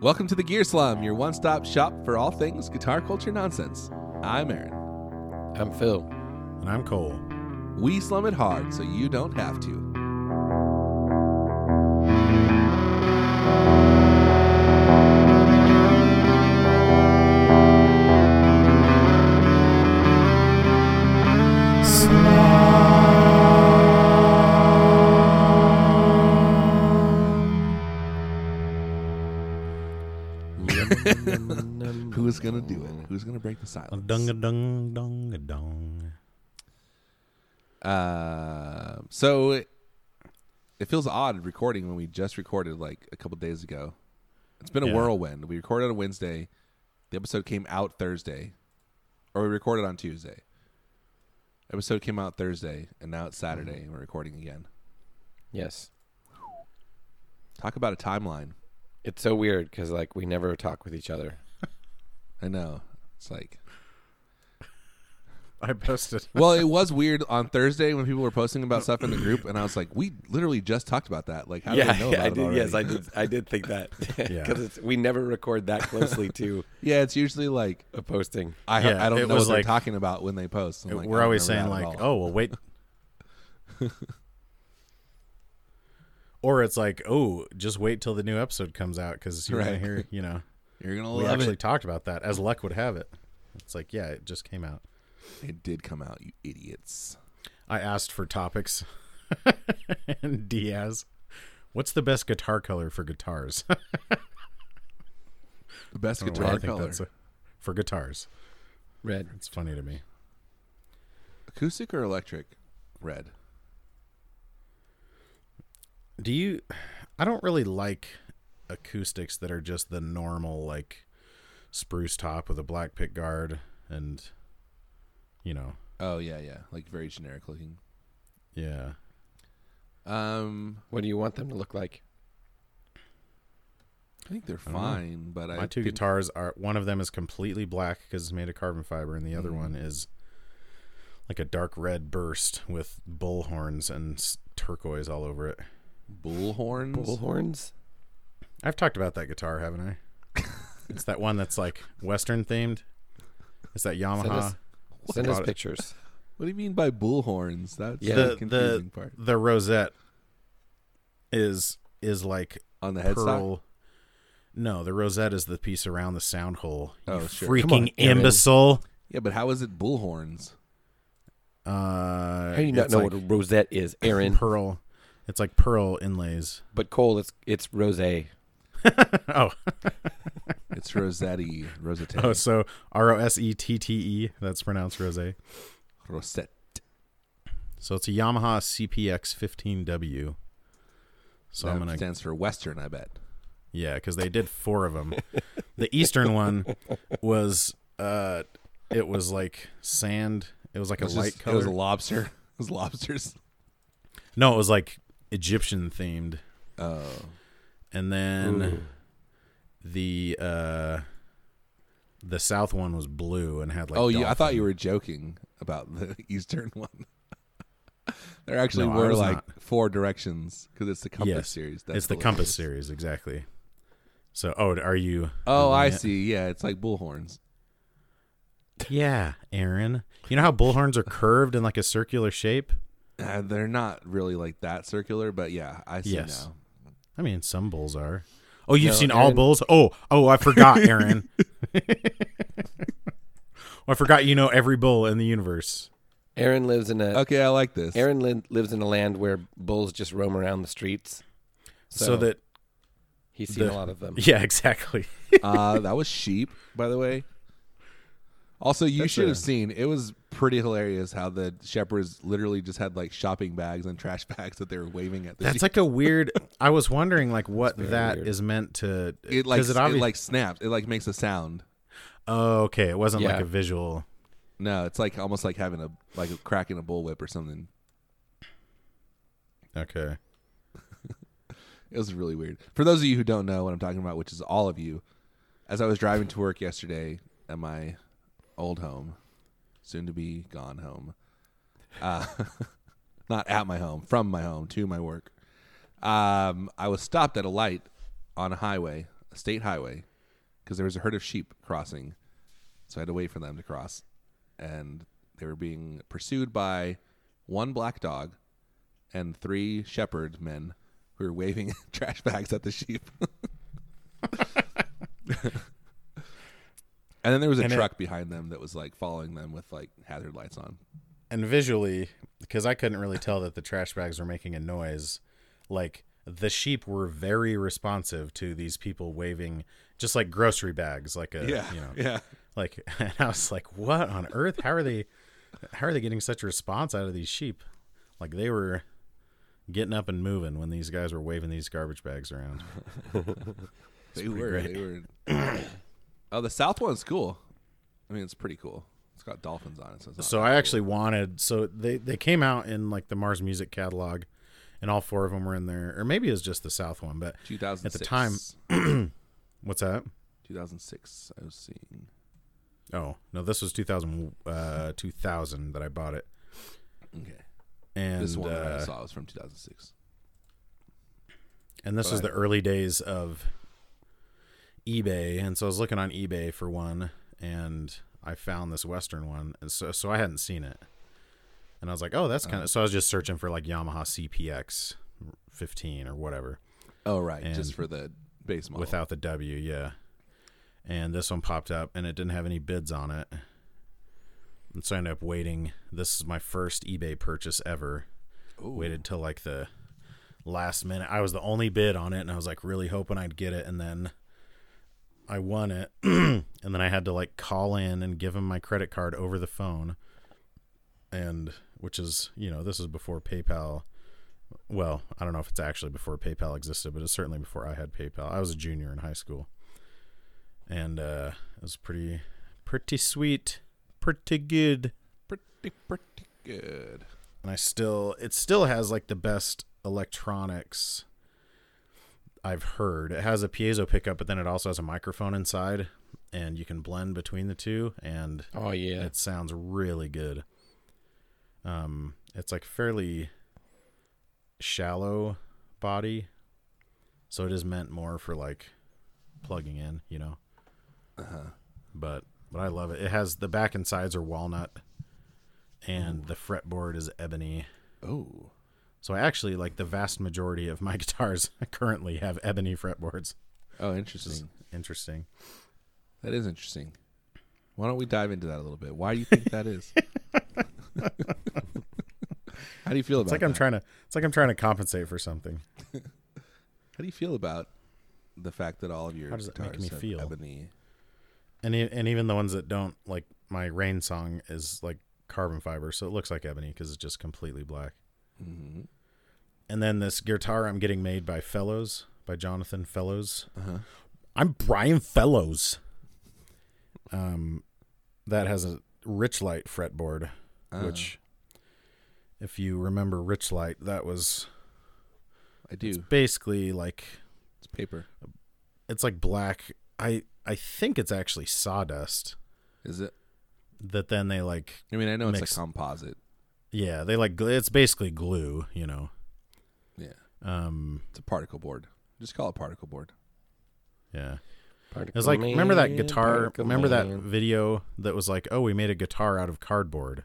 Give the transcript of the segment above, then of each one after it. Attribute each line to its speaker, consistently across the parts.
Speaker 1: Welcome to the Gear Slum, your one stop shop for all things guitar culture nonsense. I'm Aaron.
Speaker 2: I'm Phil.
Speaker 3: And I'm Cole.
Speaker 1: We slum it hard so you don't have to. Who's going to do it? Who's going to break the silence?
Speaker 3: Dung a dung dung a dong.
Speaker 1: Uh, so it, it feels odd recording when we just recorded like a couple days ago. It's been a
Speaker 3: Yeah.
Speaker 1: whirlwind. We recorded on Wednesday. The episode came out Thursday, or we recorded on Tuesday. Episode came out Thursday, and now it's Saturday, and we're recording again.
Speaker 2: Yes.
Speaker 1: Talk about a timeline.
Speaker 2: It's so weird because like we never talk with each other.
Speaker 1: I know. It's like,
Speaker 3: I posted.
Speaker 1: well, it was weird on Thursday when people were posting about stuff in the group, and I was like, we literally just talked about that. Like, how do they know about
Speaker 2: I
Speaker 1: it
Speaker 2: did. Yes, I
Speaker 1: already?
Speaker 2: did. I did think that
Speaker 3: Yeah.
Speaker 2: because we never record that closely to
Speaker 1: yeah, it's usually like
Speaker 2: a posting.
Speaker 1: I
Speaker 3: Yeah,
Speaker 1: I
Speaker 3: it
Speaker 1: don't know what
Speaker 3: was
Speaker 1: they're
Speaker 3: like-
Speaker 1: talking about when they post. I'm like, I
Speaker 3: We're
Speaker 1: don't
Speaker 3: always saying
Speaker 1: remember that at
Speaker 3: like,
Speaker 1: all.
Speaker 3: "Oh, well, wait." or it's like, "Oh, just wait till the new episode comes out because you're gonna
Speaker 1: Right.
Speaker 3: hear." You know,
Speaker 1: you're gonna
Speaker 3: "Oh, we
Speaker 1: love
Speaker 3: actually
Speaker 1: it."
Speaker 3: talked about that. As luck would have it, it's like, yeah, it just came out.
Speaker 1: It did come out, you idiots.
Speaker 3: I asked for topics, and Diaz, what's the best guitar color for guitars? I
Speaker 1: The best
Speaker 3: don't know why I
Speaker 1: guitar
Speaker 3: think
Speaker 1: color,
Speaker 3: that's a- for guitars.
Speaker 2: Red.
Speaker 3: It's funny to me.
Speaker 1: acoustic or electric? Red.
Speaker 3: Do you? I don't really like acoustics that are just the normal like spruce top with a black pick guard and you know
Speaker 1: Oh yeah, yeah, like very generic looking.
Speaker 3: yeah
Speaker 1: Um,
Speaker 2: What do you want them to look like?
Speaker 1: I think they're
Speaker 3: don't know.
Speaker 1: fine, but I
Speaker 3: my two
Speaker 1: didn't-
Speaker 3: guitars are one of them is completely black because it's made of carbon fiber and the other one is like a dark red burst with bull horns and s- turquoise all over it
Speaker 1: bull horns.
Speaker 2: Bullhorns.
Speaker 3: i've talked about that guitar haven't i it's that one that's like western themed it's that yamaha
Speaker 2: Send us, send us
Speaker 3: About it.
Speaker 2: pictures.
Speaker 1: What do you mean by bull horns? That's
Speaker 2: Yeah.
Speaker 1: the
Speaker 3: the
Speaker 1: confusing
Speaker 3: the,
Speaker 1: part
Speaker 3: the rosette is is like
Speaker 1: on the headstock.
Speaker 3: pearl. No, the rosette is the piece around the sound hole. You
Speaker 1: Oh, sure.
Speaker 3: freaking
Speaker 2: Come on, Aaron.
Speaker 3: imbecile!
Speaker 1: Yeah, but how is it bull horns?
Speaker 3: Uh,
Speaker 2: How do you not
Speaker 3: it's
Speaker 2: know
Speaker 3: like
Speaker 2: what a rosette is, Aaron?
Speaker 3: pearl? It's like pearl inlays.
Speaker 2: but Cole, it's it's rosé.
Speaker 3: Oh,
Speaker 1: It's Rosetti, Rosette,
Speaker 3: oh, so R O S E T T E. That's pronounced rosé.
Speaker 1: Rosette.
Speaker 3: So it's a Yamaha CPX 15W. So
Speaker 1: that
Speaker 3: I'm gonna
Speaker 1: stands for Western, I bet.
Speaker 3: Yeah, because they did four of them. the eastern one was uh, it was like sand. It was like
Speaker 1: It was
Speaker 3: a light
Speaker 1: just-
Speaker 3: color.
Speaker 1: It was a lobster. It was lobsters.
Speaker 3: no, it was like Egyptian themed.
Speaker 1: Oh,
Speaker 3: And then
Speaker 2: Ooh.
Speaker 3: the uh, the south one was blue and had like.
Speaker 1: oh yeah. I thought
Speaker 3: dolphin-
Speaker 1: you were joking about the eastern one. there actually
Speaker 3: No, I
Speaker 1: were
Speaker 3: was
Speaker 1: like
Speaker 3: not.
Speaker 1: four directions because it's the Compass
Speaker 3: Yes,
Speaker 1: series.
Speaker 3: it's the Compass series exactly. So oh, are you?
Speaker 1: Oh, I
Speaker 3: Yeah.
Speaker 1: see. Yeah, it's like bullhorns.
Speaker 3: Yeah, Aaron. You know how bullhorns are curved in like a circular shape?
Speaker 1: Uh, they're not really like that circular, but yeah, I see
Speaker 3: Yes.
Speaker 1: now.
Speaker 3: I mean, some bulls are. Oh, you've
Speaker 2: No,
Speaker 3: seen all
Speaker 2: Aaron-
Speaker 3: bulls? Oh, oh, I forgot, Aaron. Oh, I forgot you know every bull in the universe.
Speaker 2: Aaron lives in a
Speaker 1: Okay, I like this.
Speaker 2: Aaron li- lives in a land where bulls just roam around the streets.
Speaker 3: So,
Speaker 2: So,
Speaker 3: that
Speaker 2: he's seen
Speaker 3: the-
Speaker 2: a lot of them.
Speaker 3: yeah, exactly.
Speaker 1: uh, that was sheep, by the way. Also, you
Speaker 3: That's
Speaker 1: should
Speaker 3: a-
Speaker 1: have seen. It was pretty hilarious how the shepherds literally just had like shopping bags and trash bags that they were waving at the
Speaker 3: That's
Speaker 1: sheep.
Speaker 3: like a weird. I was wondering like what that
Speaker 2: very
Speaker 3: is
Speaker 2: weird.
Speaker 3: meant to.
Speaker 1: it like
Speaker 3: 'cause
Speaker 1: it,
Speaker 3: obvi-
Speaker 1: like snaps. It like makes a sound.
Speaker 3: Oh, okay. It wasn't like
Speaker 2: Yeah.
Speaker 3: a visual.
Speaker 1: No, it's like almost like having a like a crack in a bullwhip or something.
Speaker 3: Okay.
Speaker 1: It was really weird. For those of you who don't know what I'm talking about, which is all of you, as I was driving to work yesterday at my old home, soon to be gone home, uh, not at my home, from my home to my work, um, I was stopped at a light on a highway a state highway because there was a herd of sheep crossing. So I had to wait for them to cross. And they were being pursued by one black dog and three shepherd men who were waving trash bags at the sheep. and then there was a
Speaker 3: And it-
Speaker 1: truck behind them that was like following them with like hazard lights on.
Speaker 3: and visually because i couldn't really tell that the trash bags were making a noise like the sheep were very responsive to these people waving just like grocery bags like a
Speaker 1: yeah.
Speaker 3: you know
Speaker 1: Yeah.
Speaker 3: like and i was like what on earth how are they how are they getting such a response out of these sheep like they were getting up and moving when these guys were waving these garbage bags around
Speaker 1: They were. They were. oh, the south one's cool. I mean, it's pretty cool. It's got dolphins on it. So, it's not
Speaker 3: So I actually wanted so they they came out in like the Mars Music catalog, and all four of them were in there, or maybe it was just the South one. But
Speaker 1: 2006.
Speaker 3: time- what's that?
Speaker 1: 2006. I was seeing.
Speaker 3: Oh no, this was 2000, uh, 2000 that I bought it,
Speaker 1: Okay.
Speaker 3: and
Speaker 1: This one that I
Speaker 3: uh,
Speaker 1: saw was from 2006.
Speaker 3: and this was
Speaker 1: but
Speaker 3: the early days of eBay, and so I was looking on eBay for one, and I found this Western one, and so so I hadn't seen it, and I was like, oh, that's kind of. So I was just searching for like Yamaha CPX fifteen or whatever.
Speaker 1: Oh, right. Just
Speaker 3: and
Speaker 1: for the base model.
Speaker 3: without the W, yeah. And this one popped up and it didn't have any bids on it. And so I ended up waiting. This is my first eBay purchase ever.
Speaker 1: Ooh.
Speaker 3: Waited till like the last minute. I was the only bid on it and I was like really hoping I'd get it and then I won it. and then I had to like call in and give him my credit card over the phone. And which is, you know, this is before PayPal well, I don't know if it's actually before PayPal existed, but it's certainly before I had PayPal. I was a junior in high school, and uh, it was pretty, pretty sweet, pretty good.
Speaker 1: pretty, pretty good.
Speaker 3: And I still, it still has like the best electronics I've heard. It has a piezo pickup, but then it also has a microphone inside, and you can blend between the two. And
Speaker 2: Oh yeah.
Speaker 3: it sounds really good. Um, it's like fairly shallow body, so it is meant more for like plugging in, you know.
Speaker 1: Uh huh.
Speaker 3: But but I love it. It has the back and sides are walnut, and the fretboard is ebony.
Speaker 1: Oh.
Speaker 3: So I actually like the vast majority of my guitars currently have ebony fretboards.
Speaker 1: Oh, interesting.
Speaker 3: Interesting.
Speaker 1: That is interesting. Why don't we dive into that a little bit? Why do you think that is? How do you feel
Speaker 3: It's
Speaker 1: about
Speaker 3: like I'm
Speaker 1: that?
Speaker 3: trying to. It's like I'm trying to compensate for something.
Speaker 1: How do you feel about the fact that all of your
Speaker 3: How does it make
Speaker 1: guitars
Speaker 3: me
Speaker 1: have
Speaker 3: feel?
Speaker 1: ebony?
Speaker 3: and e- and even the ones that don't like my rain song is like carbon fiber so it looks like ebony because it's just completely black
Speaker 1: Mm-hmm.
Speaker 3: and then this guitar i'm getting made by fellows by jonathan fellows
Speaker 1: Uh-huh.
Speaker 3: i'm brian fellows um that has a rich light fretboard
Speaker 1: Uh,
Speaker 3: which if you remember rich light that was
Speaker 1: I do.
Speaker 3: it's basically like
Speaker 1: It's paper.
Speaker 3: it's like black i i think it's actually sawdust
Speaker 1: Is it?
Speaker 3: that then they like
Speaker 1: I mean, I know it's
Speaker 3: Mixed.
Speaker 1: a composite.
Speaker 3: Yeah, they like gl- it's basically glue, you know.
Speaker 1: Yeah,
Speaker 3: Um,
Speaker 1: it's a particle board. Just call it particle board.
Speaker 3: yeah. It
Speaker 2: Particle
Speaker 3: was like remember that
Speaker 2: man,
Speaker 3: guitar?
Speaker 2: particle
Speaker 3: Remember that
Speaker 2: man.
Speaker 3: video that was like, oh, we made a guitar out of cardboard.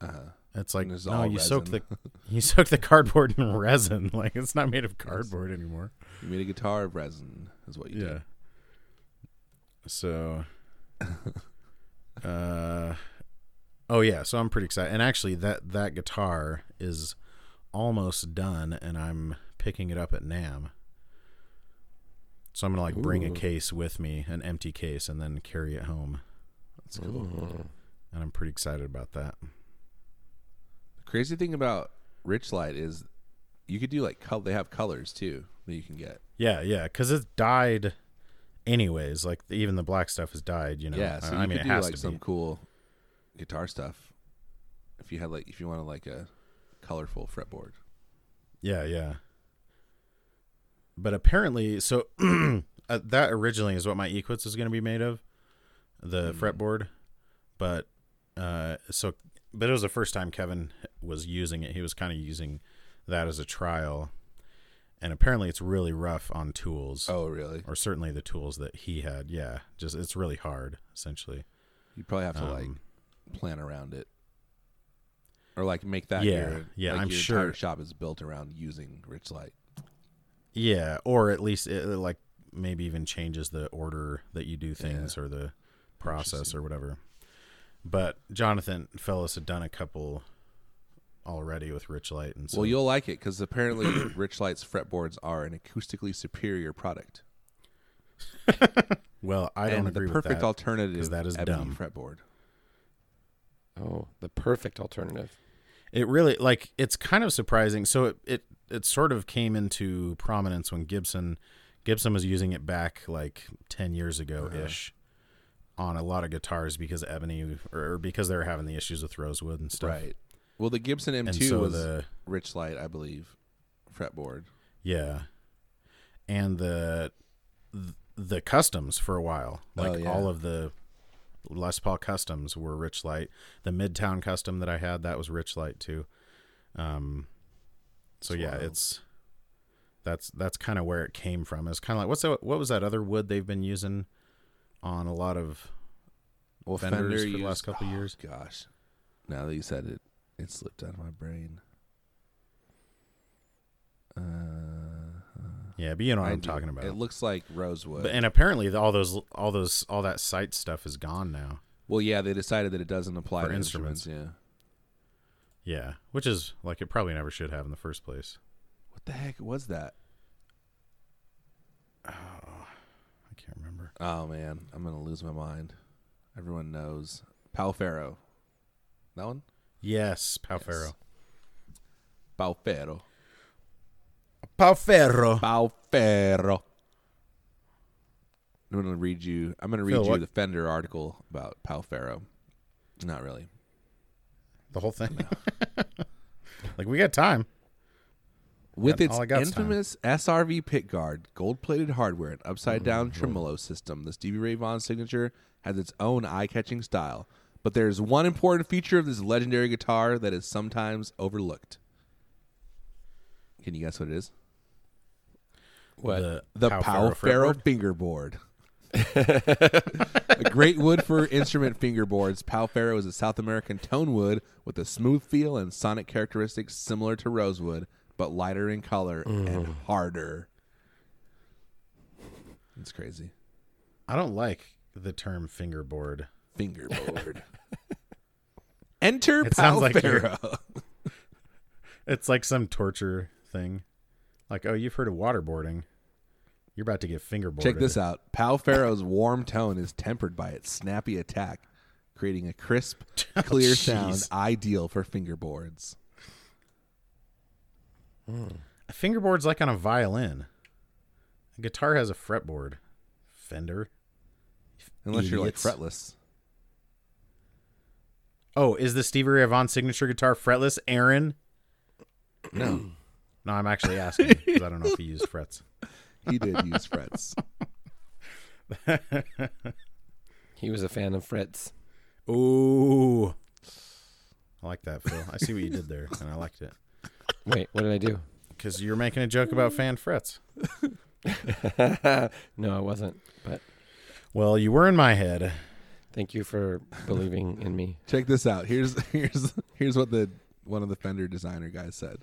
Speaker 1: Uh huh.
Speaker 3: It's like
Speaker 1: And it's
Speaker 3: no,
Speaker 1: all
Speaker 3: you soaked the
Speaker 1: resin.
Speaker 3: you soaked the cardboard in resin. Like it's not made of cardboard anymore.
Speaker 1: You made a guitar of resin, is what you
Speaker 3: yeah.
Speaker 1: did.
Speaker 3: So, uh, oh yeah. So I'm pretty excited, and actually that that guitar is almost done, and I'm picking it up at Nam. So I'm gonna like bring a
Speaker 2: Ooh.
Speaker 3: case with me, an empty case, and then carry it home,
Speaker 1: That's cool.
Speaker 3: Oh.
Speaker 2: Mm.
Speaker 3: and I'm pretty excited about that.
Speaker 1: The crazy thing about Rich Light is you could do like color. They have colors too that you can get.
Speaker 3: Yeah, yeah, because it's dyed, anyways. Like even the black stuff is dyed, you know.
Speaker 1: yeah, so
Speaker 3: I,
Speaker 1: you
Speaker 3: I mean
Speaker 1: could
Speaker 3: it
Speaker 1: do
Speaker 3: has
Speaker 1: like
Speaker 3: to
Speaker 1: some
Speaker 3: be.
Speaker 1: cool guitar stuff if you had like if you wanted like a colorful fretboard.
Speaker 3: Yeah, yeah. But apparently, so uh, that originally is what my Equitz is going to be made of, the
Speaker 1: Mm.
Speaker 3: fretboard. But uh, so, but it was the first time Kevin was using it. He was kind of using that as a trial, and apparently it's really rough on tools,
Speaker 1: Oh, really?
Speaker 3: or certainly the tools that he had. Yeah, just it's really hard essentially.
Speaker 1: You probably have to
Speaker 3: Um,
Speaker 1: like plan around it, or like make that.
Speaker 3: Yeah,
Speaker 1: your,
Speaker 3: yeah,
Speaker 1: like,
Speaker 3: I'm
Speaker 1: your
Speaker 3: sure.
Speaker 1: entire shop is built around using Rich Light.
Speaker 3: Yeah, or at least it, it, like maybe even changes the order that you do things or the process or whatever. But Jonathan Fellows had done a couple already with Rich Light, and so
Speaker 1: Well, you'll like it because apparently Rich Light's fretboards are an acoustically superior product
Speaker 3: well, I don't
Speaker 1: and
Speaker 3: agree
Speaker 1: the
Speaker 3: with
Speaker 1: perfect
Speaker 3: that.
Speaker 1: alternative.
Speaker 3: 'cause that is
Speaker 1: ebony
Speaker 3: dumb.
Speaker 1: fretboard.
Speaker 2: Oh, the perfect alternative.
Speaker 3: it really like it's kind of surprising. So it it it sort of came into prominence when Gibson Gibson was using it back like ten years ago
Speaker 1: Uh-huh.
Speaker 3: ish. On a lot of guitars because ebony or because they were having the issues with rosewood and stuff.
Speaker 1: Right. Well, the Gibson
Speaker 3: And
Speaker 1: M2
Speaker 3: so
Speaker 1: was
Speaker 3: the
Speaker 1: Rich Light, I believe, fretboard.
Speaker 3: Yeah. And the th- the customs for a while. Like
Speaker 1: Oh, yeah.
Speaker 3: all of the Les Paul customs were Rich Light. The Midtown custom that I had, that was Rich Light too. Um so
Speaker 1: It's
Speaker 3: yeah,
Speaker 1: wild.
Speaker 3: it's that's that's kind of where it came from. It's kind of like what's that what was that other wood they've been using on a lot of
Speaker 1: Well,
Speaker 3: Fenders
Speaker 1: Fender
Speaker 3: for the
Speaker 1: used-
Speaker 3: last couple
Speaker 1: oh,
Speaker 3: years.
Speaker 1: Gosh, now that you said it, it slipped out of my brain. Uh,
Speaker 3: Yeah, but you know what
Speaker 1: I
Speaker 3: I am
Speaker 1: do.
Speaker 3: Oh, talking about.
Speaker 1: It looks like rosewood.
Speaker 3: but, and apparently the- all those all those all that site stuff is gone now.
Speaker 1: well, yeah, they decided that it doesn't apply
Speaker 3: For
Speaker 1: to
Speaker 3: instruments.
Speaker 1: instruments. Yeah.
Speaker 3: Yeah, which is like it probably never should have in the first place.
Speaker 1: What the heck was that?
Speaker 3: I can't remember.
Speaker 1: Oh man, I'm gonna lose my mind. Everyone knows Palfaro. That one,
Speaker 3: Yes, Palfero.
Speaker 1: Palfaro.
Speaker 3: Palfero.
Speaker 1: Palfaro. I'm gonna read you. I'm gonna read
Speaker 3: Phil,
Speaker 1: you
Speaker 3: what-
Speaker 1: the Fender article about Palfaro. Not really.
Speaker 3: The whole thing. like we got time.
Speaker 1: With
Speaker 3: Got
Speaker 1: its
Speaker 3: all I got's time.
Speaker 1: infamous SRV pit guard, gold-plated hardware, and upside-down
Speaker 3: Mm-hmm.
Speaker 1: tremolo system, the Stevie Ray Vaughan signature has its own eye-catching style. But there is one important feature of this legendary guitar that is sometimes overlooked. Can you guess what it is?
Speaker 2: What?
Speaker 1: The Powell Ferro
Speaker 3: fretboard?
Speaker 1: fingerboard. a great wood for instrument fingerboards, Palfaro is a South American tone wood with a smooth feel and sonic characteristics similar to rosewood, but lighter in color and
Speaker 3: Mm.
Speaker 1: harder. It's crazy.
Speaker 3: I don't like the term fingerboard.
Speaker 1: Fingerboard. Enter
Speaker 3: It sounds like you're-
Speaker 1: Palfaro.
Speaker 3: It's like some torture thing. Like, oh, you've heard of waterboarding. You're about to get fingerboarded.
Speaker 1: Check this out. Pal Pharaoh's warm tone is tempered by its snappy attack, creating a crisp, clear sound
Speaker 3: Oh, jeez.
Speaker 1: ideal for fingerboards.
Speaker 3: A fingerboard's like on a violin. A guitar has a fretboard. Fender.
Speaker 1: Unless you're like
Speaker 3: Idiots.
Speaker 1: fretless.
Speaker 3: Oh, is the Stevie Ray Vaughan signature guitar fretless, Aaron?
Speaker 1: No,
Speaker 3: No, I'm actually asking because I don't know if he used frets.
Speaker 1: he did use frets.
Speaker 2: He was a fan of frets.
Speaker 3: Ooh. I like that, Phil. I see what you did there, and I liked it.
Speaker 2: Wait, what did I do?
Speaker 3: Because you're making a joke about fan frets.
Speaker 2: no, I wasn't. But
Speaker 3: Well, you were in my head.
Speaker 2: thank you for believing in me.
Speaker 1: Check this out. Here's here's here's what the one of the Fender designer guys said.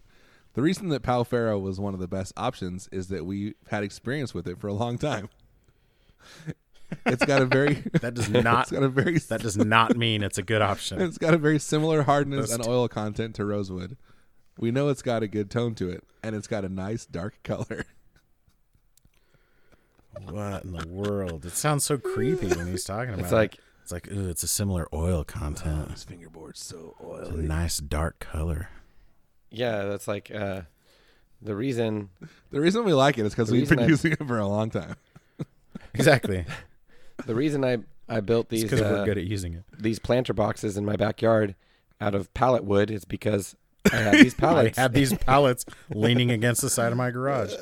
Speaker 1: The reason that Pal Pharaoh was one of the best options is that we've had experience with it for a long time. It's got a very
Speaker 3: That does not
Speaker 1: it's got a very
Speaker 3: that does not mean it's a good option.
Speaker 1: It's got a very similar hardness
Speaker 3: Those
Speaker 1: and
Speaker 3: t-
Speaker 1: oil content to rosewood. We know it's got a good tone to it, and it's got a nice dark color.
Speaker 3: What in the world? It sounds so creepy when he's talking about
Speaker 2: It's
Speaker 3: it.
Speaker 2: like
Speaker 3: it's like ooh, it's a similar oil content.
Speaker 1: Oh, This fingerboard's so
Speaker 3: It's a
Speaker 1: oily.
Speaker 3: nice dark color.
Speaker 2: yeah, that's like uh, the reason
Speaker 1: The reason we like it is because
Speaker 2: The
Speaker 1: we've
Speaker 2: reason
Speaker 1: been
Speaker 2: I-
Speaker 1: using it for a long time.
Speaker 3: Exactly.
Speaker 2: the reason I I built these
Speaker 3: Because
Speaker 2: uh,
Speaker 3: we're good at using it.
Speaker 2: these planter boxes in my backyard out of pallet wood is because I had these
Speaker 3: I
Speaker 2: pallets.
Speaker 3: had these pallets leaning against the side of my garage.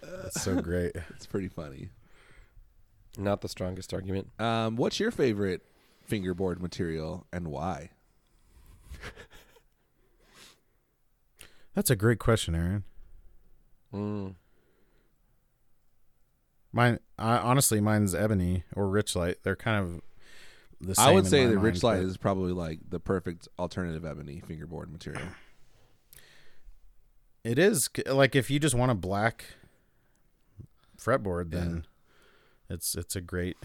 Speaker 3: That's so great.
Speaker 1: It's pretty funny.
Speaker 2: Not the strongest argument.
Speaker 1: Um, what's your favorite fingerboard material and why?
Speaker 3: That's a great question, Aaron.
Speaker 2: Mm.
Speaker 3: Mine, I, honestly, mine's ebony or rich light. They're kind of the same.
Speaker 1: I would
Speaker 3: in
Speaker 1: say
Speaker 3: my
Speaker 1: that
Speaker 3: mind,
Speaker 1: rich light
Speaker 3: but
Speaker 1: is probably like the perfect alternative ebony fingerboard material.
Speaker 3: It is c- like if you just want a black fretboard, then it's it's a great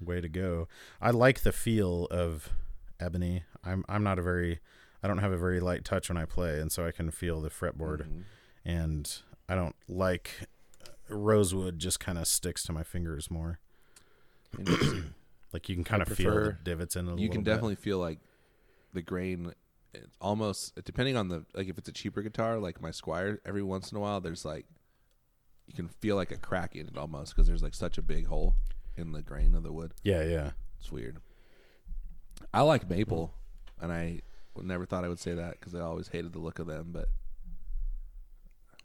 Speaker 3: way to go. I like the feel of ebony. I'm I'm not a very I don't have a very light touch when I play, and so I can feel the fretboard.
Speaker 1: Mm-hmm.
Speaker 3: And I don't like uh, rosewood; just kind of sticks to my fingers more.
Speaker 1: Interesting.
Speaker 3: Like you can kind of feel the
Speaker 2: prefer-
Speaker 3: divots in it a
Speaker 1: you can
Speaker 3: little bit.
Speaker 1: definitely feel like the grain. It's almost depending on the like if it's a cheaper guitar like my Squire. Every once in a while, there's like you can feel like a crack in it almost because there's like such a big hole in the grain of the wood.
Speaker 3: Yeah, yeah.
Speaker 1: It's weird. I like maple, and I never thought I would say that because I always hated the look of them. But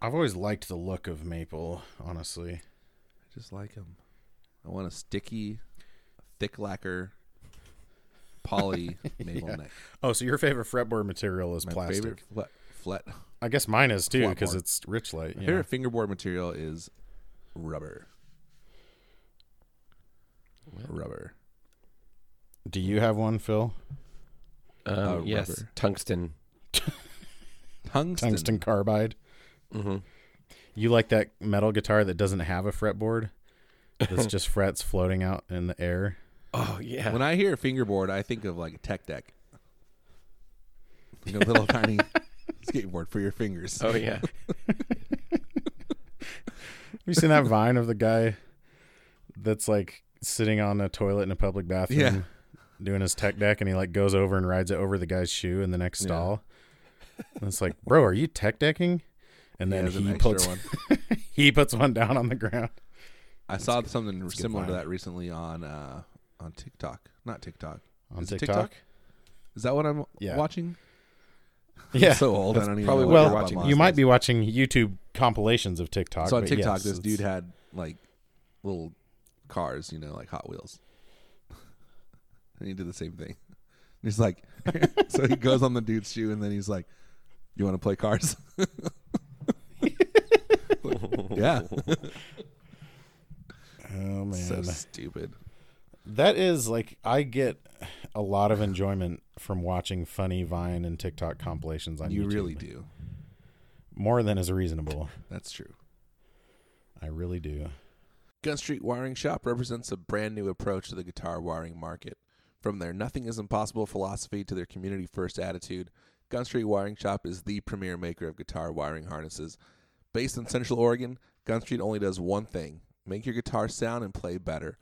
Speaker 1: I
Speaker 3: I've always liked the look of maple, honestly.
Speaker 1: just like them. I want a sticky, thick lacquer, poly maple neck.
Speaker 3: Oh, so your favorite fretboard material is
Speaker 1: My
Speaker 3: plastic.
Speaker 1: favorite flat, flat
Speaker 3: I guess mine is too
Speaker 1: Flatboard.
Speaker 3: because it's rich light. you know.
Speaker 1: favorite fingerboard material is rubber. Rubber.
Speaker 3: Do you have one, Phil?
Speaker 1: Uh,
Speaker 2: Um, yes,
Speaker 1: rubber.
Speaker 2: tungsten.
Speaker 1: Tungsten.
Speaker 3: Tungsten carbide.
Speaker 2: Mhm.
Speaker 3: You like that metal guitar that doesn't have a fretboard? That's just frets floating out in the air.
Speaker 2: Oh yeah.
Speaker 1: When I hear fingerboard, I think of like a tech deck. Like a little tiny skateboard for your fingers.
Speaker 2: oh yeah.
Speaker 3: Have you seen that vine of the guy that's like sitting on a toilet in a public bathroom
Speaker 1: Yeah.
Speaker 3: doing his tech deck and he like goes over and rides it over the guy's shoe in the next
Speaker 1: Yeah.
Speaker 3: stall? And it's like, bro, are you tech decking? And then
Speaker 1: there's an
Speaker 3: he
Speaker 1: extra
Speaker 3: puts
Speaker 1: one.
Speaker 3: he puts one down on the ground.
Speaker 1: I saw something
Speaker 3: good
Speaker 1: similar to
Speaker 3: vibe.
Speaker 1: that recently on uh, on TikTok. Not TikTok.
Speaker 3: on
Speaker 1: Is it
Speaker 3: TikTok.
Speaker 1: Is that what I'm
Speaker 3: Yeah.
Speaker 1: watching?
Speaker 3: Yeah.
Speaker 1: I'm so old. I
Speaker 2: That's
Speaker 1: don't even
Speaker 2: probably
Speaker 1: know
Speaker 2: what
Speaker 1: what
Speaker 2: you're
Speaker 1: Bob
Speaker 2: watching.
Speaker 1: Moss
Speaker 3: you might
Speaker 1: does.
Speaker 3: be watching YouTube compilations of TikTok.
Speaker 1: So on
Speaker 3: but
Speaker 1: TikTok,
Speaker 3: yes,
Speaker 1: this
Speaker 3: it's-
Speaker 1: dude had like little cars, you know, like Hot Wheels, and he did the same thing. He's like, so he goes on the dude's shoe, and then he's like, "You want to play cars?" yeah,
Speaker 3: Oh man,
Speaker 1: so stupid.
Speaker 3: that is like I get a lot of enjoyment from watching funny Vine and TikTok compilations on
Speaker 1: You
Speaker 3: YouTube.
Speaker 1: really do.
Speaker 3: more than is reasonable.
Speaker 1: That's true.
Speaker 3: I really do.
Speaker 1: Gun Street Wiring Shop represents a brand new approach to the guitar wiring market. From their nothing is impossible philosophy to their community first attitude, Gun Street Wiring Shop is the premier maker of guitar wiring harnesses. Based in Central Oregon, Gun Street only does one thing make your guitar sound and play better.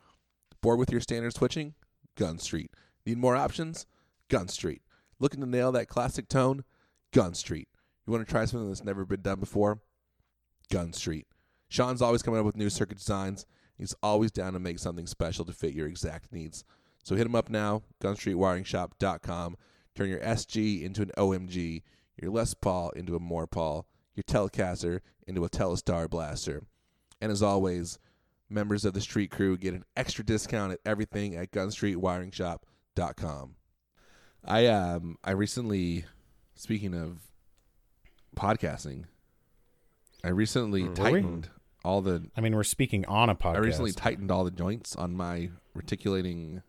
Speaker 1: Bored with your standard switching? Gun Street. Need more options? Gun Street. Looking to nail that classic tone? Gun Street. You want to try something that's never been done before? Gun Street. Sean's always coming up with new circuit designs. He's always down to make something special to fit your exact needs. So hit him up now, gunstreetwiringshop.com. Turn your SG into an OMG, your Les Paul into a More Paul, your Telecaster into a Telestar Blaster. And as always, members of the street crew get an extra discount at everything at gunstreetwiringshop.com. I um I recently speaking of podcasting, I recently
Speaker 2: Mm.
Speaker 3: Were we?
Speaker 1: tightened all the
Speaker 3: I mean, we're speaking on a podcast.
Speaker 1: I recently tightened all the joints on my reticulating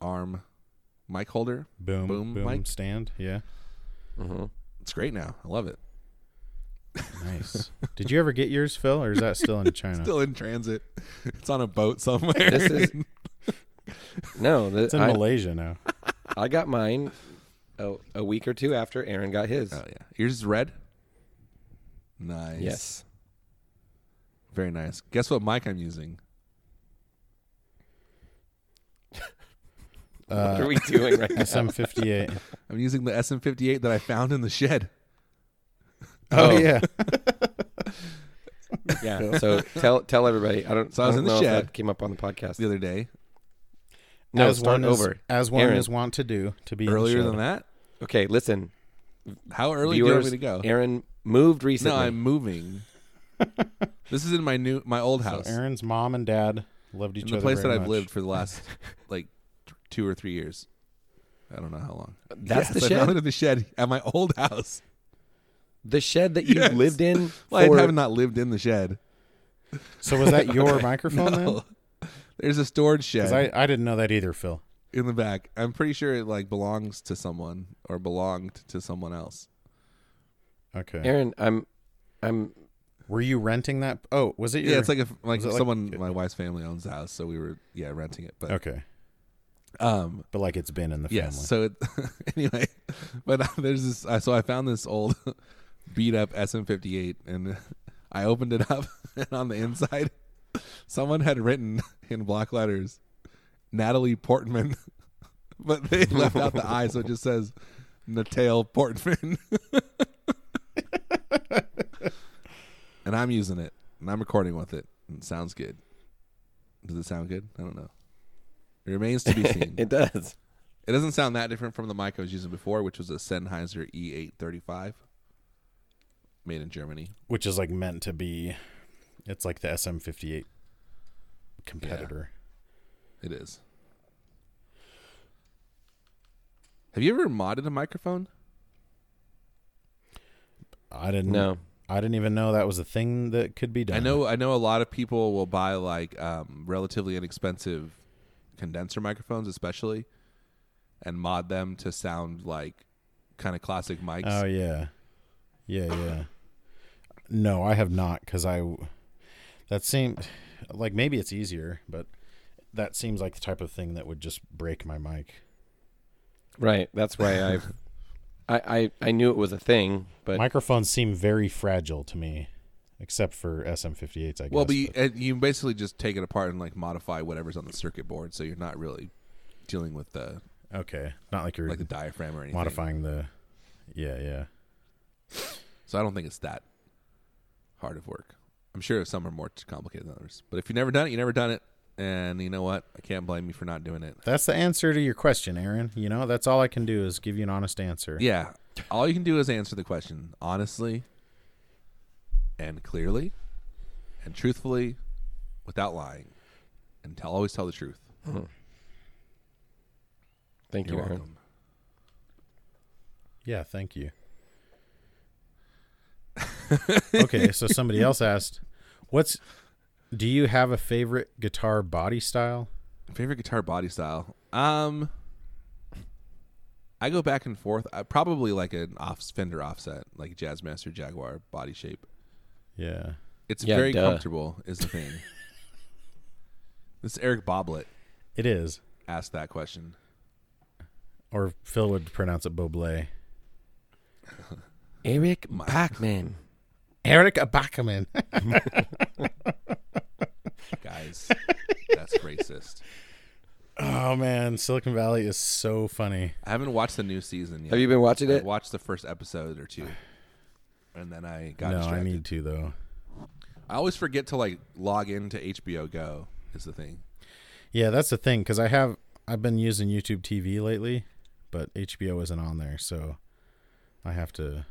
Speaker 1: arm mic holder.
Speaker 3: boom,
Speaker 1: boom
Speaker 3: boom,
Speaker 1: mic.
Speaker 3: stand. Yeah,
Speaker 2: hmm
Speaker 1: It's great now. I love it.
Speaker 3: nice. Did you ever get yours, Phil, or is that still in China?
Speaker 1: Still in transit. It's on a boat somewhere.
Speaker 2: This is no. th-
Speaker 3: it's in
Speaker 2: I,
Speaker 3: Malaysia now.
Speaker 2: I got mine a, a week or two after Aaron got his.
Speaker 1: oh yeah. Yours is red. Nice.
Speaker 2: yes.
Speaker 1: Very nice. Guess what mic I'm using?
Speaker 2: what
Speaker 3: Uh,
Speaker 2: are we doing right now?
Speaker 3: SM58.
Speaker 1: I'm using the SM58 that I found in the shed.
Speaker 3: oh yeah.
Speaker 2: Yeah. So tell tell everybody. I don't.
Speaker 1: So I was in
Speaker 2: don't
Speaker 1: the
Speaker 2: know if
Speaker 1: shed.
Speaker 2: that came up on the podcast.
Speaker 1: The other day,
Speaker 2: No,
Speaker 3: as
Speaker 2: start
Speaker 3: one
Speaker 2: over.
Speaker 3: Is, as one
Speaker 2: Aaron.
Speaker 3: is wont to do, to be
Speaker 1: earlier than that.
Speaker 2: okay, listen.
Speaker 1: How early
Speaker 2: viewers,
Speaker 1: do you want me to go?
Speaker 2: Aaron moved recently.
Speaker 1: no, I'm moving. this is in my new, my old
Speaker 3: So
Speaker 1: house.
Speaker 3: Aaron's mom and dad loved each
Speaker 1: in
Speaker 3: other.
Speaker 1: the place that
Speaker 3: very
Speaker 1: I've
Speaker 3: much.
Speaker 1: lived for the last like t- two or three years. I don't know how long.
Speaker 2: That's
Speaker 1: Yes,
Speaker 2: the
Speaker 1: I found
Speaker 2: shed.
Speaker 1: it in the shed at my old house.
Speaker 2: the shed that you
Speaker 1: Yes.
Speaker 2: lived in
Speaker 1: Well, I
Speaker 2: for
Speaker 1: have not lived in the shed.
Speaker 3: So was that your microphone then?
Speaker 1: There's a storage
Speaker 3: Because
Speaker 1: shed
Speaker 3: I, I didn't know that either, Phil.
Speaker 1: in the back. I'm pretty sure it like belongs to someone or belonged to someone else.
Speaker 3: Okay.
Speaker 2: Aaron, I'm I'm
Speaker 3: Were you renting that? Oh, was it your?
Speaker 1: Yeah, it's like if like
Speaker 3: Was it like-
Speaker 1: someone my wife's family owns the house, so we were yeah renting it. But
Speaker 3: okay,
Speaker 1: um
Speaker 3: but like it's been in the
Speaker 1: yes,
Speaker 3: family.
Speaker 1: so it, anyway, but uh, there's this. Uh, so I found this old beat up SM58, and I opened it up, and on the inside, someone had written in block letters, Natalie Portman, but they left out the I, so it just says Natale Portman. and I'm using it, and I'm recording with it, and it sounds good. Does it sound good? I don't know. It remains to be seen.
Speaker 2: it does.
Speaker 1: It doesn't sound that different from the mic I was using before, which was a Sennheiser E E835, made in Germany.
Speaker 3: Which is like meant to be. It's like the SM58 competitor.
Speaker 1: It is. Have you ever modded a microphone?
Speaker 3: I
Speaker 1: Mm.
Speaker 3: didn't.
Speaker 2: No.
Speaker 3: I didn't even know that was a thing that could be done.
Speaker 1: I know. I know a lot of people will buy like um, relatively inexpensive condenser microphones, especially, and mod them to sound like kind of classic mics.
Speaker 3: Oh yeah, yeah, yeah. No, I have not because I. That seemed like maybe it's easier, but that seems like the type of thing that would just break my mic.
Speaker 2: Right. That's why I've I, I I knew it was a thing, but
Speaker 3: Microphones seem very fragile to me, except for SM58s. I guess.
Speaker 1: well, but you,
Speaker 3: but-
Speaker 1: and you basically just take it apart and like modify whatever's on the circuit board, so you're not really dealing with the
Speaker 3: okay, not like you're
Speaker 1: like the diaphragm or anything.
Speaker 3: modifying the. Yeah, yeah.
Speaker 1: So I don't think it's that hard of work. I'm sure some are more complicated than others. But if you've never done it, you never done it. And you know what? I can't blame you for not doing it.
Speaker 3: That's the answer to your question, Aaron. You know, that's all I can do is give you an honest answer.
Speaker 1: Yeah. All you can do is answer the question honestly and clearly and truthfully without lying. And tell always tell the truth.
Speaker 2: thank
Speaker 1: You're
Speaker 2: you, Aaron.
Speaker 1: welcome.
Speaker 3: Yeah, thank you. okay, so somebody else asked, "What's do you have a favorite guitar body style?"
Speaker 1: Favorite guitar body style? Um I go back and forth. I probably like an off Fender offset, like Jazzmaster Jaguar body shape.
Speaker 3: Yeah.
Speaker 1: It's
Speaker 2: Yeah,
Speaker 1: very
Speaker 2: duh.
Speaker 1: comfortable, is the thing. this Eric Boblet
Speaker 3: It is.
Speaker 1: asked that question.
Speaker 3: Or Phil would pronounce it Boblé.
Speaker 2: Eric Bachman.
Speaker 3: Eric Bachman.
Speaker 1: Guys, that's racist.
Speaker 3: oh man, Silicon Valley is so funny.
Speaker 1: I haven't watched the new season yet.
Speaker 2: Have you been watching
Speaker 1: I
Speaker 2: it?
Speaker 1: watched the first episode or two, and then I got
Speaker 3: no,
Speaker 1: distracted.
Speaker 3: I need to though.
Speaker 1: I always forget to like log into HBO Go. Is the thing.
Speaker 3: Yeah, that's the thing cuz I have I've been using YouTube TV lately, but HBO isn't on there, so I have to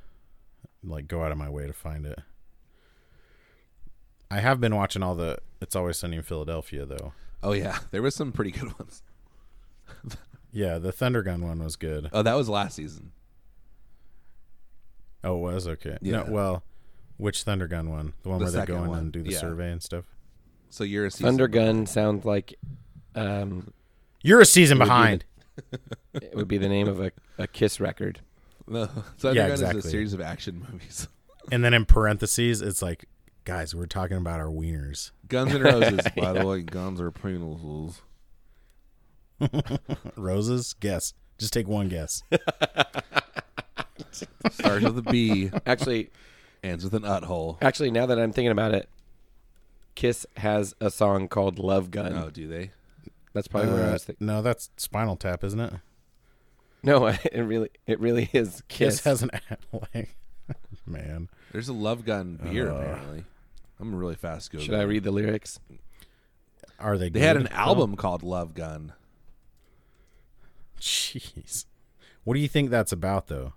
Speaker 3: like go out of my way to find it. I have been watching all the It's Always Sunny in Philadelphia though.
Speaker 1: Oh yeah, there was some pretty good ones.
Speaker 3: Yeah, the Thundergun one was good.
Speaker 1: Oh, that was last season.
Speaker 3: Oh, it was okay.
Speaker 1: Yeah.
Speaker 3: No, well, which Thundergun one? The one
Speaker 1: The
Speaker 3: where they
Speaker 1: second
Speaker 3: go in
Speaker 1: one,
Speaker 3: and do the
Speaker 1: yeah.
Speaker 3: survey and stuff.
Speaker 1: So you're a season.
Speaker 2: Thundergun sounds like um
Speaker 3: You're a season
Speaker 2: would be
Speaker 3: behind.
Speaker 2: it would be the name of a, a kiss record.
Speaker 1: No, Thundergun
Speaker 3: exactly.
Speaker 1: is a series of action movies.
Speaker 3: And then in parentheses, it's like, guys, we're talking about our wieners.
Speaker 1: Guns and Roses, by the way. Guns are penises.
Speaker 3: Roses? Guess. Just take one guess.
Speaker 1: Starts with a B.
Speaker 2: Actually
Speaker 1: ends with an ut hole.
Speaker 2: actually now that I'm thinking about it, Kiss has a song called Love Gun.
Speaker 1: Oh, do they?
Speaker 2: That's probably where I
Speaker 3: Uh,
Speaker 2: was thinking.
Speaker 3: no, that's Spinal Tap, isn't it?
Speaker 2: No, it really it really is Kiss.
Speaker 3: Kiss has an like, man.
Speaker 1: There's a Love Gun beer apparently. I'm a really fast Google.
Speaker 2: Uh, Should I read the lyrics?
Speaker 3: Are they?
Speaker 1: They had an album called Love Gun.
Speaker 3: Oh, Jeez. What do you think that's about though?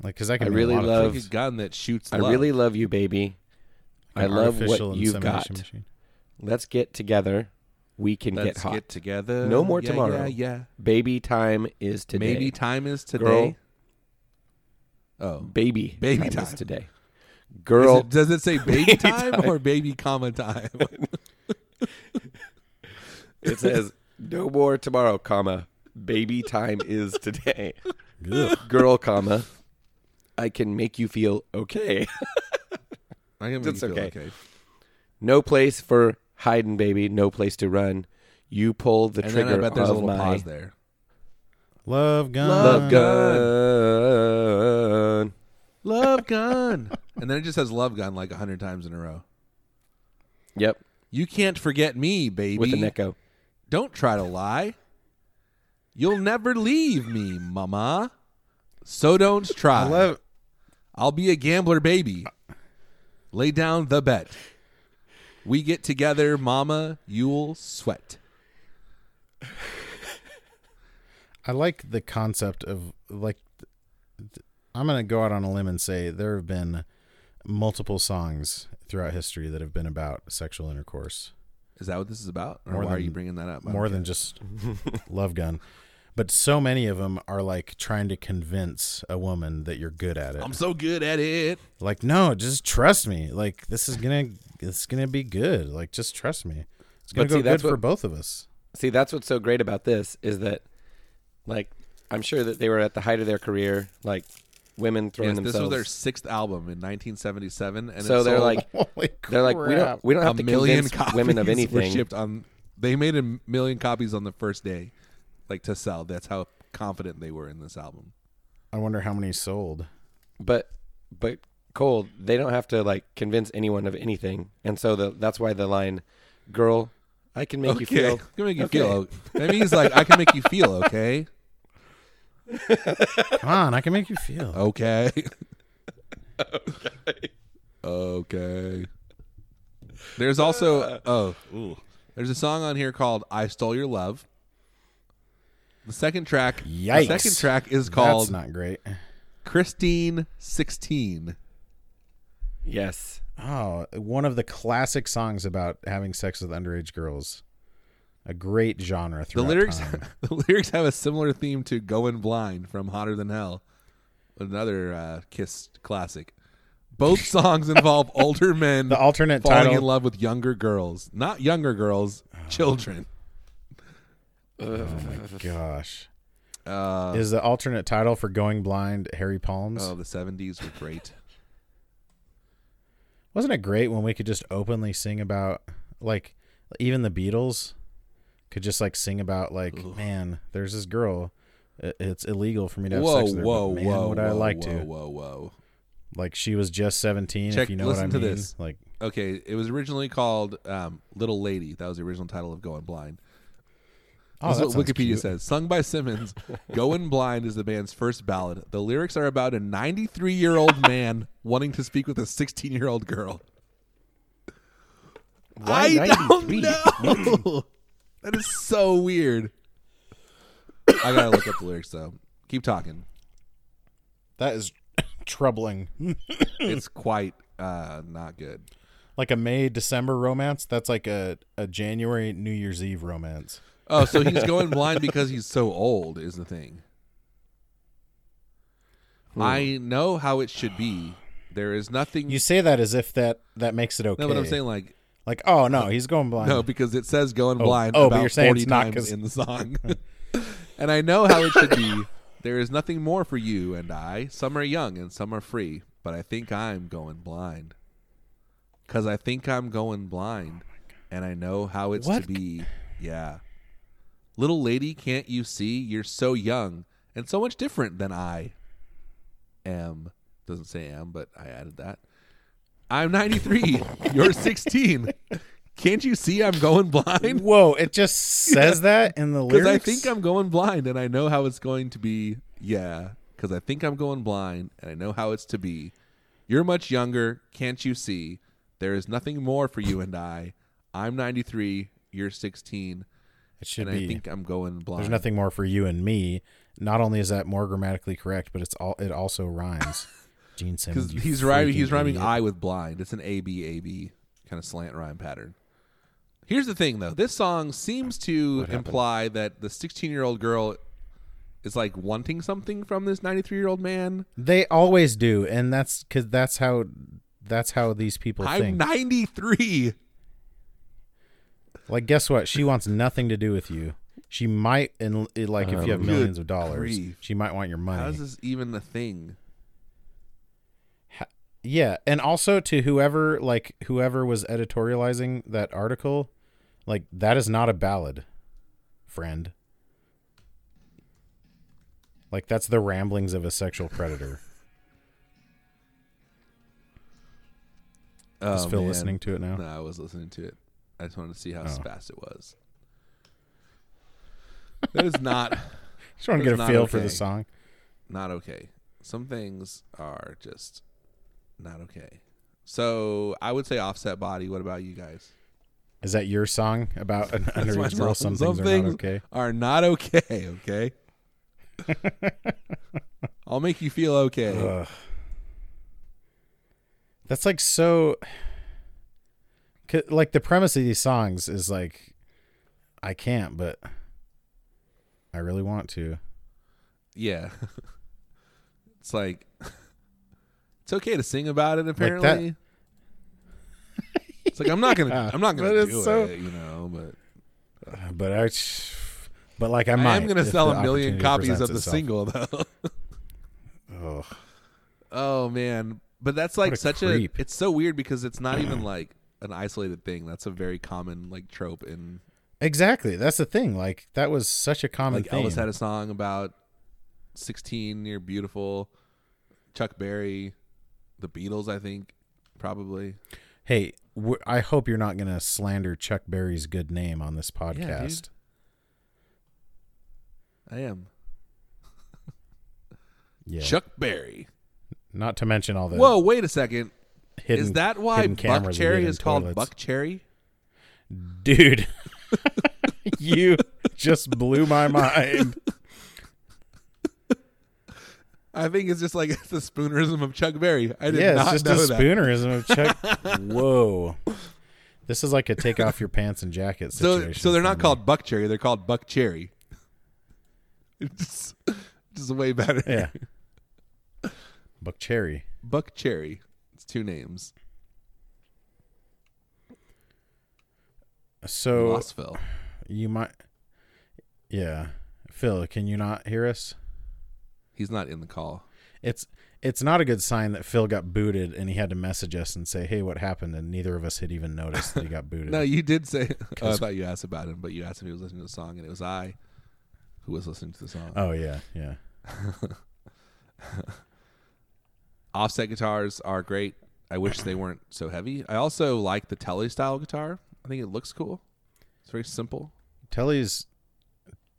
Speaker 3: Like, because I can
Speaker 2: I
Speaker 3: name a
Speaker 2: really
Speaker 3: lot of
Speaker 2: love-
Speaker 1: Like a gun that shoots.
Speaker 2: I
Speaker 1: love.
Speaker 2: really love you, baby. I
Speaker 3: an
Speaker 2: love
Speaker 3: artificial
Speaker 2: what you've got.
Speaker 3: insemination machine.
Speaker 2: Let's get together. We can
Speaker 1: Let's
Speaker 2: get hot.
Speaker 1: get together.
Speaker 2: No more
Speaker 1: Yeah,
Speaker 2: tomorrow.
Speaker 1: Yeah, yeah.
Speaker 2: baby time is today.
Speaker 1: Maybe time is today.
Speaker 2: Girl.
Speaker 1: Oh,
Speaker 2: Baby,
Speaker 1: Baby
Speaker 2: time is
Speaker 1: time.
Speaker 2: today.
Speaker 1: Is
Speaker 2: Girl,
Speaker 1: it- does it say baby
Speaker 2: Baby
Speaker 1: time,
Speaker 2: time.
Speaker 1: or baby comma time?
Speaker 2: it says no more tomorrow, comma. Baby time is today.
Speaker 3: Ugh.
Speaker 2: Girl, comma. I can make you feel okay.
Speaker 1: I can make
Speaker 2: That's
Speaker 1: you feel
Speaker 2: okay.
Speaker 1: okay.
Speaker 2: No place for hiding, baby. No place to run. You pull the
Speaker 1: And then I
Speaker 2: trigger
Speaker 1: bet there's a
Speaker 2: of
Speaker 1: little
Speaker 2: my
Speaker 1: pause there.
Speaker 3: Love gun.
Speaker 2: love gun.
Speaker 1: Love gun, and then it just says love gun like a hundred times in a row.
Speaker 2: Yep,
Speaker 1: You can't forget me, baby.
Speaker 2: with an echo.
Speaker 1: Don't try to lie. You'll never leave me, mama. So don't try.
Speaker 3: I love.
Speaker 1: I'll be a gambler, baby. Lay down the bet. We get together, mama. You'll sweat.
Speaker 3: I like the concept of like. th- I'm gonna go out on a limb and say there have been multiple songs throughout history that have been about sexual intercourse,
Speaker 1: Is that what this is about? Or
Speaker 3: More
Speaker 1: why are
Speaker 3: than-
Speaker 1: you bringing that up? I
Speaker 3: more
Speaker 1: don't
Speaker 3: than just love gun. But so many of them are like trying to convince a woman that you're good at
Speaker 2: Um,
Speaker 3: it.
Speaker 1: care. I'm so good at it.
Speaker 3: like, no, just trust me. Like, this is gonna, this is gonna be good. Like, just trust me. It's gonna
Speaker 2: But
Speaker 3: go
Speaker 2: see,
Speaker 3: good
Speaker 2: that's
Speaker 3: for
Speaker 2: what-
Speaker 3: both of us.
Speaker 2: See, that's what's so great about this is that, like, I'm sure that they were at the height of their career, like women throwing
Speaker 1: Yes, this was
Speaker 2: themselves.
Speaker 1: their sixth album in 1977, and
Speaker 2: so
Speaker 1: it
Speaker 2: they're
Speaker 1: sold
Speaker 2: like,
Speaker 3: Holy
Speaker 2: they're like, we don't,
Speaker 3: crap.
Speaker 2: we don't
Speaker 1: a
Speaker 2: have to
Speaker 1: million
Speaker 2: convince
Speaker 1: copies
Speaker 2: women of
Speaker 1: were
Speaker 2: anything.
Speaker 1: shipped on. They made a million copies on the first day, like to sell. That's how confident they were in this album.
Speaker 3: I wonder how many sold.
Speaker 2: But, but cold, they don't have to like convince anyone of anything, and so the, that's why the line, "Girl, I can make you feel."
Speaker 1: I can make you
Speaker 2: okay."
Speaker 1: feel. o- That means like I can make you feel okay,
Speaker 3: Come on, I can make you feel.
Speaker 1: okay, okay. There's
Speaker 3: Ah.
Speaker 1: also oh, there's a song on here called "I Stole Your Love." The second track,
Speaker 3: Yikes.
Speaker 1: The second track is
Speaker 3: That's
Speaker 1: called
Speaker 3: not great.
Speaker 1: "Christine 16."
Speaker 2: Yes.
Speaker 3: Oh, one of the classic songs about having sex with underage girls. A great genre.
Speaker 1: The
Speaker 3: Throughout
Speaker 1: lyrics,
Speaker 3: time.
Speaker 1: the lyrics have a similar theme to "Going Blind" from "Hotter Than Hell," another uh, Kiss classic. Both songs involve older men
Speaker 3: The alternate
Speaker 1: falling
Speaker 3: title.
Speaker 1: in love with younger girls, not younger girls,
Speaker 3: Oh.
Speaker 1: children.
Speaker 3: Gosh,
Speaker 1: Uh,
Speaker 3: is the alternate title for "Going Blind" Harry Palms?
Speaker 1: oh, the seventies were great.
Speaker 3: Wasn't it great when we could just openly sing about, like, even the Beatles could just like sing about, like, man, there's this girl. I- It's illegal for me to have
Speaker 1: whoa,
Speaker 3: sex with her.
Speaker 1: whoa,
Speaker 3: but man,
Speaker 1: whoa!
Speaker 3: would
Speaker 1: whoa,
Speaker 3: I like
Speaker 1: whoa,
Speaker 3: to?
Speaker 1: Whoa, whoa!
Speaker 3: Like, she was just seventeen.
Speaker 1: Check-
Speaker 3: if you know what I
Speaker 1: listen
Speaker 3: mean.
Speaker 1: to this.
Speaker 3: Like,
Speaker 1: Okay, it was originally called um, "Little Lady." That was the original title of "Going Blind."
Speaker 3: oh,
Speaker 1: This
Speaker 3: that
Speaker 1: is
Speaker 3: sounds
Speaker 1: what Wikipedia
Speaker 3: cute.
Speaker 1: says. Sung by Simmons, Going Blind is the band's first ballad. The lyrics are about a 93 year old man wanting to speak with a 16 year old girl.
Speaker 2: Why
Speaker 1: I don't
Speaker 3: Hmm.
Speaker 1: know. that is so weird. I gotta look up the lyrics though. Keep talking.
Speaker 3: That is troubling.
Speaker 1: It's quite uh, not good.
Speaker 3: like a May December romance. That's like a, a January New Year's Eve romance.
Speaker 1: Oh, so he's going blind because he's so old is the thing. I know how it should be. There is nothing.
Speaker 3: Hmm. You say that as if that that makes it okay.
Speaker 1: Mm. no, but I'm saying like
Speaker 3: like, oh no, he's going blind.
Speaker 1: No, because it says going
Speaker 3: Oh,
Speaker 1: blind
Speaker 3: oh, but
Speaker 1: about
Speaker 3: you're saying
Speaker 1: 40
Speaker 3: it's not
Speaker 1: times
Speaker 3: 'cause-
Speaker 1: in the song. and I know how it should be. There is nothing more for you and I. Some are young and some are free, but I think I'm going blind. Cuz I think I'm going blind and I know how it's
Speaker 3: What?
Speaker 1: to be. Yeah. Little lady, can't you see you're so young and so much different than I am. Doesn't say am, but I added that. I'm 93. You're 16. Can't you see I'm going blind?
Speaker 3: Whoa! It just says that in the
Speaker 1: Because
Speaker 3: lyrics.
Speaker 1: I think I'm going blind and I know how it's going to be. Yeah. Because I think I'm going blind and I know how it's to be. You're much younger. Can't you see? There is nothing more for you and I. I'm 93. You're 16.
Speaker 3: It should
Speaker 1: And
Speaker 3: be.
Speaker 1: I think I'm going blind.
Speaker 3: There's nothing more for you and me. Not only is that more grammatically correct, but it's all it also rhymes. Gene Simmons.
Speaker 1: Because
Speaker 3: you
Speaker 1: he's rhyming,
Speaker 3: freaking
Speaker 1: he's rhyming
Speaker 3: idiot.
Speaker 1: I with blind. It's an A B A B kind of slant rhyme pattern. Here's the thing, though. This song seems to imply that the 16 year old girl is like wanting something from this 93 year old man.
Speaker 3: They always do, and that's because that's how that's how these people
Speaker 1: I'm
Speaker 3: think.
Speaker 1: 93.
Speaker 3: like, guess what? She wants nothing to do with you. She might, and it- like, if you have
Speaker 1: Um,
Speaker 3: millions of
Speaker 1: Good
Speaker 3: dollars,
Speaker 1: grief.
Speaker 3: she might want your
Speaker 1: How
Speaker 3: money.
Speaker 1: is this even a thing?
Speaker 3: yeah, and also to whoever, like, whoever was editorializing that article, like, that is not a ballad, friend. Like, that's the ramblings of a sexual predator.
Speaker 1: Oh,
Speaker 3: Is Phil
Speaker 1: man.
Speaker 3: listening to it now?
Speaker 1: No, I was listening to it. I just wanted to see how
Speaker 3: Oh.
Speaker 1: fast it was. That is not
Speaker 3: Just want to
Speaker 1: That's
Speaker 3: get a
Speaker 1: not
Speaker 3: feel for
Speaker 1: okay.
Speaker 3: the song.
Speaker 1: not okay. Some things are just not okay. So I would say offset body. What about you guys?
Speaker 3: Is that your song about an
Speaker 1: That's my
Speaker 3: underage girl?
Speaker 1: song.
Speaker 3: Some
Speaker 1: Some
Speaker 3: things are not okay.
Speaker 1: Are not okay. Okay. I'll make you feel okay.
Speaker 3: Ugh. That's like so. 'Cause, Like the premise of these songs is like, I can't, but I really want to.
Speaker 1: yeah. it's like it's okay to sing about it.
Speaker 3: that-
Speaker 1: Apparently, it's like I'm not gonna. I'm not
Speaker 3: But
Speaker 1: gonna
Speaker 3: it's
Speaker 1: do
Speaker 3: so-
Speaker 1: it. You know, but
Speaker 3: Uh, But I, sh- but like I might.
Speaker 1: I am gonna
Speaker 3: if
Speaker 1: sell
Speaker 3: the
Speaker 1: a million copies
Speaker 3: opportunity presents
Speaker 1: of the
Speaker 3: itself.
Speaker 1: single though.
Speaker 3: Ugh.
Speaker 1: Oh man, but that's like
Speaker 3: a
Speaker 1: such
Speaker 3: creep.
Speaker 1: a it's so weird because it's not even like an isolated thing. That's a very common like trope in
Speaker 3: Exactly. That's the thing. Like that was such a common
Speaker 1: like
Speaker 3: thing.
Speaker 1: Elvis had a song about 16 you're beautiful. Chuck Berry, the Beatles I think probably.
Speaker 3: hey, w- I hope you're not gonna slander Chuck Berry's good name on this
Speaker 1: dude.
Speaker 3: podcast.
Speaker 1: I am.
Speaker 3: Yeah.
Speaker 1: Chuck Berry.
Speaker 3: Not to mention all the
Speaker 1: Whoa, wait a second.
Speaker 3: hidden.
Speaker 1: is that why
Speaker 3: hidden
Speaker 1: Buck
Speaker 3: cameras we
Speaker 1: Cherry
Speaker 3: hid in
Speaker 1: is called
Speaker 3: toilets.
Speaker 1: Buck Cherry?
Speaker 3: dude you just blew my mind
Speaker 1: I think it's just like it's the spoonerism of Chuck Berry. I did
Speaker 3: yeah
Speaker 1: not
Speaker 3: it's just a
Speaker 1: know that.
Speaker 3: spoonerism of chuck whoa this is like a take off your pants and jacket
Speaker 1: So,
Speaker 3: situation
Speaker 1: so they're
Speaker 3: for
Speaker 1: not
Speaker 3: me.
Speaker 1: called buck cherry; they're called buck cherry. It's just way better.
Speaker 3: yeah buck cherry
Speaker 1: buck cherry. It's two names.
Speaker 3: so
Speaker 1: Lostville.
Speaker 3: you might yeah phil can you not hear us
Speaker 1: He's not in the call.
Speaker 3: it's it's not a good sign that phil got booted and he had to message us and say hey what happened and neither of us had even noticed that he got booted
Speaker 1: No, you did say. Oh, I thought you asked about him, but you asked if he was listening to the song, and it was I who was listening to the song.
Speaker 3: oh yeah yeah
Speaker 1: Offset guitars are great. I wish they weren't so heavy. I also like the Telly style guitar. I think it looks cool. It's very simple.
Speaker 3: Telly's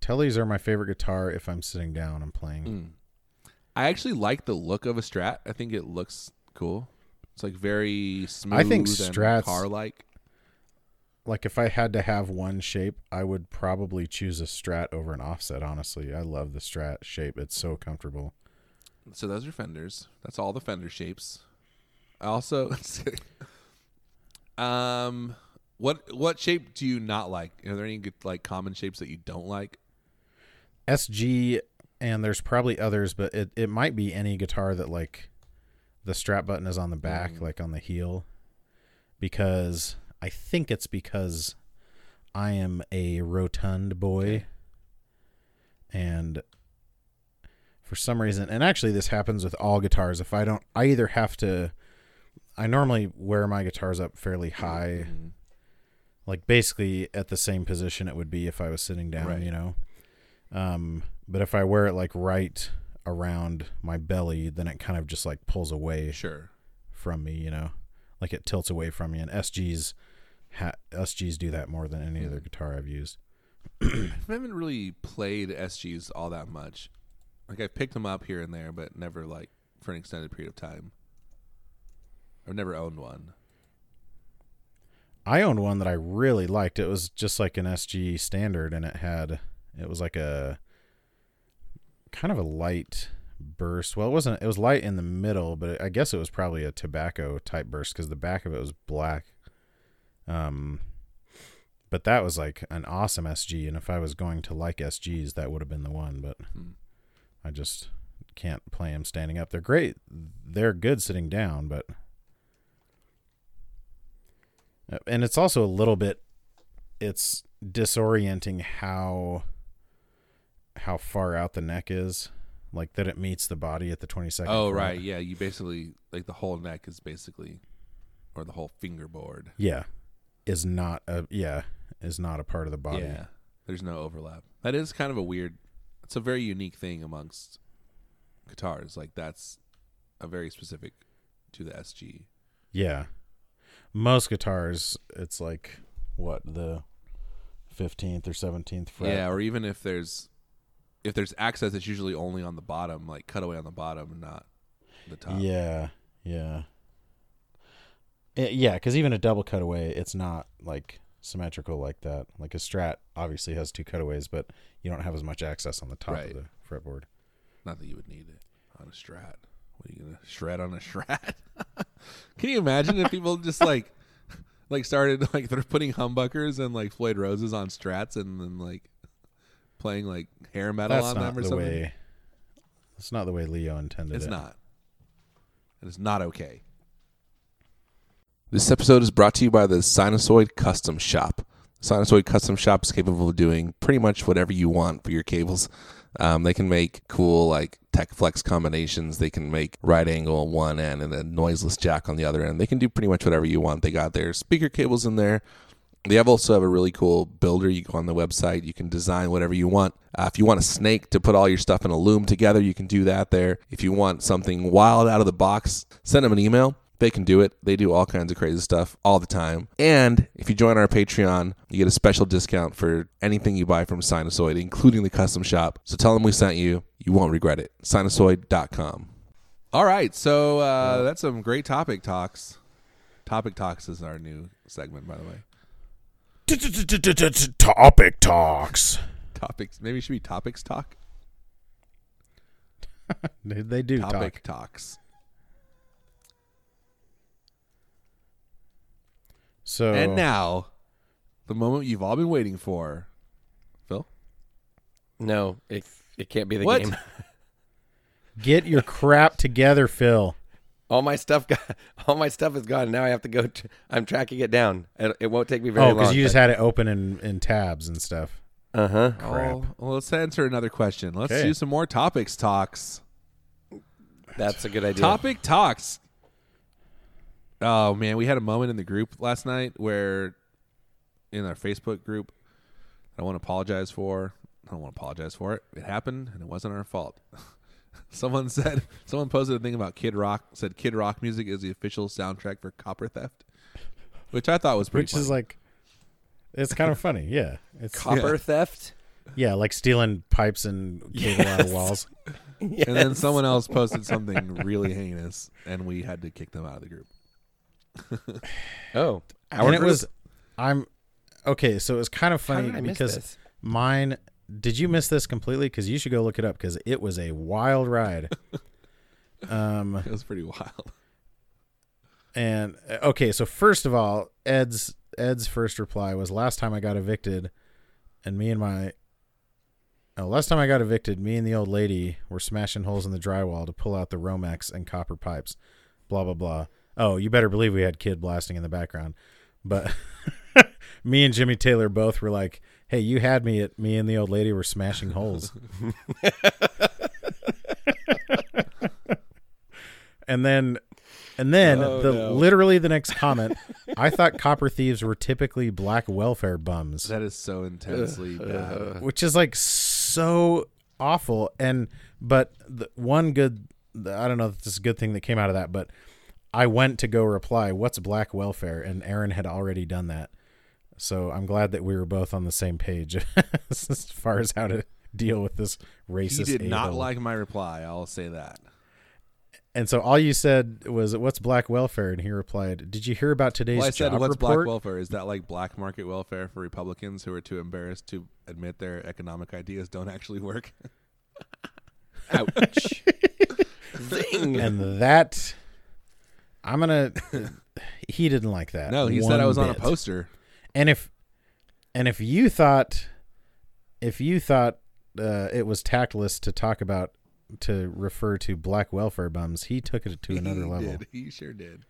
Speaker 3: Telly's are my favorite guitar if I'm sitting down and playing.
Speaker 1: I actually like the look of a Strat. I think it looks cool. It's like very smooth.
Speaker 3: I think Strats-
Speaker 1: Strats car like.
Speaker 3: Like if I had to have one shape, I would probably choose a strat over an offset, honestly. I love the strat shape. It's so comfortable.
Speaker 1: So those are fenders. That's all the fender shapes. I also, um, what what shape do you not like? Are there any good, like common shapes that you don't like?
Speaker 3: SG and there's probably others, but it, it might be any guitar that like the strap button is on the back, like on the heel. Because I think it's because I am a rotund boy. And for some reason, and actually this happens with all guitars. If I don't, I either have to, I normally wear my guitars up fairly high,
Speaker 1: Mhm.
Speaker 3: like basically at the same position it would be if I was sitting down,
Speaker 1: Right.
Speaker 3: you know. Um, but if I wear it like right around my belly, then it kind of just like pulls away
Speaker 1: Sure.
Speaker 3: from me, you know, like it tilts away from me. And SGs, ha- SGs do that more than any other guitar I've used.
Speaker 1: I haven't really played SGs all that much. Like I've picked them up here and there, but never like for an extended period of time. I've never owned one.
Speaker 3: I owned one that I really liked. It was just like an SG standard, and it had it was like a kind of a light burst. Well, it wasn't. It was light in the middle, but I guess it was probably a tobacco type burst because the back of it was black. Um,
Speaker 1: Hmm.
Speaker 3: but that was like an awesome SG, and if I was going to like SGs, that would have been the one. But I just can't play them standing up. They're great. They're good sitting down, but Uh, and it's also a little bit it's disorienting how how far out the neck is, like that it meets the body at the 22nd.
Speaker 1: Oh
Speaker 3: fret.
Speaker 1: right, yeah. You basically like the whole neck is basically, or the whole fingerboard.
Speaker 3: Yeah. Is not a yeah, is not a part of the body.
Speaker 1: Yeah, there's no overlap. That is kind of a weird. It's a very unique thing amongst guitars. Like that's a very specific to the SG.
Speaker 3: Yeah. Most guitars, it's like what the fifteenth or seventeenth fret.
Speaker 1: Yeah, or even if there's if there's access, it's usually only on the bottom, like cutaway on the bottom, not the top.
Speaker 3: yeah, yeah, Eh, yeah. Because even a double cutaway, it's not like symmetrical like that. Like a Strat obviously has two cutaways, but you don't have as much access on the top
Speaker 1: Right.
Speaker 3: of the fretboard.
Speaker 1: Not that you would need it on a strat. What are you gonna shred on a strat? Can you imagine if people just like like started like they're putting humbuckers and like Floyd Roses on strats and then like playing like hair metal
Speaker 3: That's
Speaker 1: on
Speaker 3: not
Speaker 1: them or
Speaker 3: the
Speaker 1: something?
Speaker 3: way. That's not the way Leo intended
Speaker 1: It's
Speaker 3: it.
Speaker 1: not. It is not okay. This episode is brought to you by the Sinusoid Custom Shop. Sinusoid Custom Shop is capable of doing pretty much whatever you want for your cables. Um, they can make cool like tech flex combinations. They can make right angle on one end and a noiseless jack on the other end. They can do pretty much whatever you want. They got their speaker cables in there. They have also have a really cool builder. You go on the website, you can design whatever you want. Uh, if you want a snake to put all your stuff in a loom together, you can do that there. If you want something wild out of the box, send them an email. They can do it. They do all kinds of crazy stuff all the time. And if you join our Patreon, you get a special discount for anything you buy from Sinusoid, including the custom shop. So tell them we sent you. You won't regret it. Sinusoid.com. All right. So uh, that's some great topic talks. Topic talks is our new segment, by the way.
Speaker 3: Topic talks.
Speaker 1: topics. Maybe it should be topics talk.
Speaker 3: They- They do
Speaker 1: Topic
Speaker 3: topic.
Speaker 1: talks.
Speaker 3: So
Speaker 1: And now, the moment you've all been waiting for, Phil.
Speaker 2: No, it it can't be the
Speaker 1: What?
Speaker 2: game.
Speaker 3: get your crap together, Phil.
Speaker 2: All my stuff got all my stuff is gone. Now I have to go. Tr- I'm tracking it down. It, it won't take me very
Speaker 3: Oh,
Speaker 2: long.
Speaker 3: because you just had it open in, in tabs and stuff.
Speaker 2: uh huh.
Speaker 3: Crap.
Speaker 1: Oh, well, let's answer another question. Let's
Speaker 3: Okay.
Speaker 1: do some more topics talks.
Speaker 2: That's a good idea.
Speaker 1: Topic talks. Oh man, we had a moment in the group last night where, in our Facebook group, I don't want to apologize for. I don't want to apologize for it. It happened, and it wasn't our fault. someone said someone posted a thing about Kid Rock. Said Kid Rock music is the official soundtrack for copper theft, which I thought was pretty.
Speaker 3: which is
Speaker 1: funny.
Speaker 3: like it's kind of funny yeah it's
Speaker 2: Copper
Speaker 1: Yeah.
Speaker 2: theft.
Speaker 3: yeah like stealing pipes and cable out of walls
Speaker 2: Yes.
Speaker 1: and then someone else posted something really heinous, and we had to kick them out of the group.
Speaker 2: Oh, our
Speaker 3: and it
Speaker 2: group?
Speaker 3: was i'm okay so it was kind of
Speaker 2: How
Speaker 3: funny
Speaker 2: did I miss
Speaker 3: because
Speaker 2: this?
Speaker 3: mine did you miss this completely because you should go look it up because it was a wild ride um
Speaker 1: It was pretty wild.
Speaker 3: and uh, okay so first of all ed's ed's first reply was last time i got evicted and me and my oh, last time i got evicted me and the old lady were smashing holes in the drywall to pull out the romex and copper pipes blah blah blah oh you better believe we had kid blasting in the background but me and jimmy taylor both were like hey you had me at me and the old lady were smashing holes and then and then
Speaker 2: Oh,
Speaker 3: the
Speaker 2: no.
Speaker 3: literally the next comment i thought copper thieves were typically black welfare bums
Speaker 1: That is so intensely bad.
Speaker 3: which is like so awful and but the one good i don't know if this is a good thing that came out of that but i went to go reply what's black welfare and aaron had already done that so i'm glad that we were both on the same page as far as how to deal with this racist
Speaker 1: He did not
Speaker 3: a-hole.
Speaker 1: like my reply. I'll say that.
Speaker 3: and so all you said was what's black welfare and he replied did you hear about today's
Speaker 1: Well, I said,
Speaker 3: job
Speaker 1: "What's black
Speaker 3: report?"
Speaker 1: welfare? Is that like black market welfare for Republicans who are too embarrassed to admit their economic ideas don't actually work?"
Speaker 2: Ouch. Zing.
Speaker 3: and that i'm gonna he didn't like that
Speaker 1: No, he said I
Speaker 3: one
Speaker 1: was on a
Speaker 3: bit.
Speaker 1: poster.
Speaker 3: And if and if you thought if you thought uh, it was tactless to talk about to refer to black welfare bums. He took it to another
Speaker 1: he
Speaker 3: level.
Speaker 1: Did. He sure did.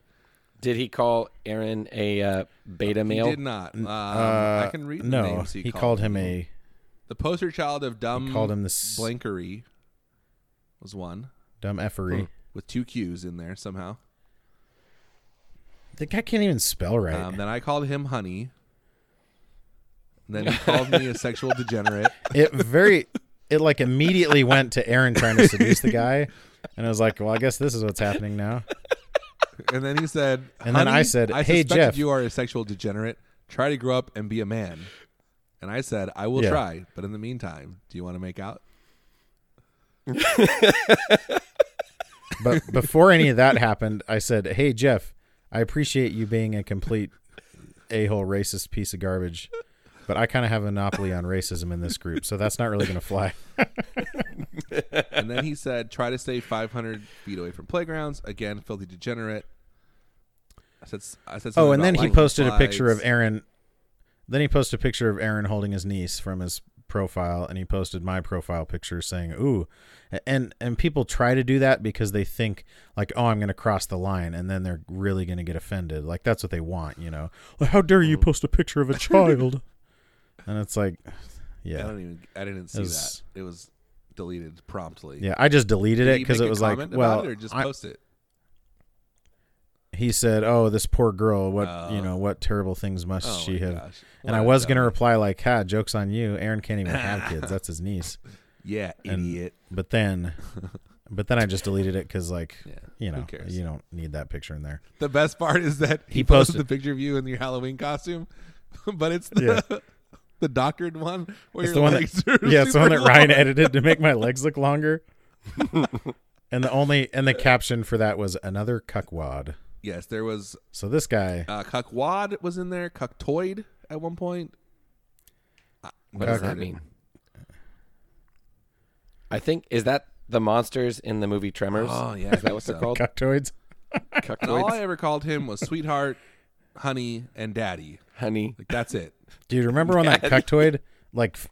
Speaker 2: Did he call Aaron a uh, beta
Speaker 1: He
Speaker 2: male?
Speaker 1: did not. Um, I
Speaker 3: Uh,
Speaker 1: can read
Speaker 3: no,
Speaker 1: the names he,
Speaker 3: he, called him a
Speaker 1: The poster child of dumb
Speaker 3: called him the s-
Speaker 1: blankery was one
Speaker 3: dumb effery.
Speaker 1: with two Q's in there somehow.
Speaker 3: The guy can't even spell right.
Speaker 1: Um, then I called him honey. And then he called me a sexual degenerate.
Speaker 3: it very it like immediately went to Aaron trying to seduce the guy, and I was like, well, I guess this is what's happening now.
Speaker 1: And then he said,
Speaker 3: And then
Speaker 1: "Honey,
Speaker 3: I said,
Speaker 1: I
Speaker 3: hey,
Speaker 1: suspected
Speaker 3: Jeff."
Speaker 1: you are a sexual degenerate. Try to grow up and be a man." And I said, "I will
Speaker 3: Yeah.
Speaker 1: try, but in the meantime, do you want to make out?"
Speaker 3: But before any of that happened, I said, hey Jeff, I appreciate you being a complete a hole racist piece of garbage. But I kind of have a monopoly on racism in this group, so that's not really going to fly.
Speaker 1: And then he said, "Try to stay 500 feet away from playgrounds." Again, filthy degenerate. I said, "I said." something
Speaker 3: Oh, and
Speaker 1: about
Speaker 3: then he
Speaker 1: liking
Speaker 3: posted a picture of
Speaker 1: slides.
Speaker 3: Aaron. Then he posted a picture of Aaron holding his niece from his profile, and he posted my profile picture saying, "Ooh," and and people try to do that because they think like, "Oh, I'm going to cross the line," and then they're really going to get offended. Like that's what they want, you know? Like, how dare
Speaker 1: Mm-hmm.
Speaker 3: you post a picture of a child? and it's like,
Speaker 1: I
Speaker 3: yeah,
Speaker 1: don't even. I didn't see
Speaker 3: It was-
Speaker 1: that. It was deleted promptly.
Speaker 3: yeah. I just deleted
Speaker 1: Did
Speaker 3: it
Speaker 1: he
Speaker 3: because
Speaker 1: make a
Speaker 3: it was like,
Speaker 1: comment about
Speaker 3: well,
Speaker 1: it or just
Speaker 3: I-
Speaker 1: post it.
Speaker 3: he said, "Oh, this poor girl. What
Speaker 1: Oh.
Speaker 3: you know? What terrible things must
Speaker 1: Oh
Speaker 3: she
Speaker 1: my
Speaker 3: have?"
Speaker 1: gosh.
Speaker 3: And
Speaker 1: What
Speaker 3: I
Speaker 1: a
Speaker 3: was going to
Speaker 1: dummy.
Speaker 3: reply, like, ha, joke's on you. Aaron can't even have kids. That's his niece.
Speaker 1: Yeah,
Speaker 3: and-
Speaker 1: idiot.
Speaker 3: But then, but then I just deleted it because, like,
Speaker 1: Yeah,
Speaker 3: you
Speaker 1: who
Speaker 3: know,
Speaker 1: cares?
Speaker 3: you don't need that picture in there.
Speaker 1: The best part is that he,
Speaker 3: He
Speaker 1: posted,
Speaker 3: posted-
Speaker 1: the picture of you in your Halloween costume, but it's the the doctored one where
Speaker 3: It's
Speaker 1: your
Speaker 3: the one
Speaker 1: legs
Speaker 3: that,
Speaker 1: are
Speaker 3: yeah, it's the one that
Speaker 1: super
Speaker 3: Ryan
Speaker 1: long.
Speaker 3: edited to make my legs look longer. and the only, and the caption for that was another cuckwad.
Speaker 1: Yes, there was
Speaker 3: So this guy,
Speaker 1: uh, cuckwad was in there, cucktoid at one point. Uh,
Speaker 2: What does that mean? I think is that the monsters in the movie Tremors?
Speaker 1: Oh yeah, I
Speaker 2: is
Speaker 1: think
Speaker 2: that what
Speaker 1: so.
Speaker 2: they're called?
Speaker 3: cucktoids.
Speaker 1: And all I
Speaker 2: Cuckoids?
Speaker 1: ever called him was sweetheart, honey, and daddy.
Speaker 2: Honey.
Speaker 1: Like that's it.
Speaker 3: Dude, remember when that cucktoid, like, f-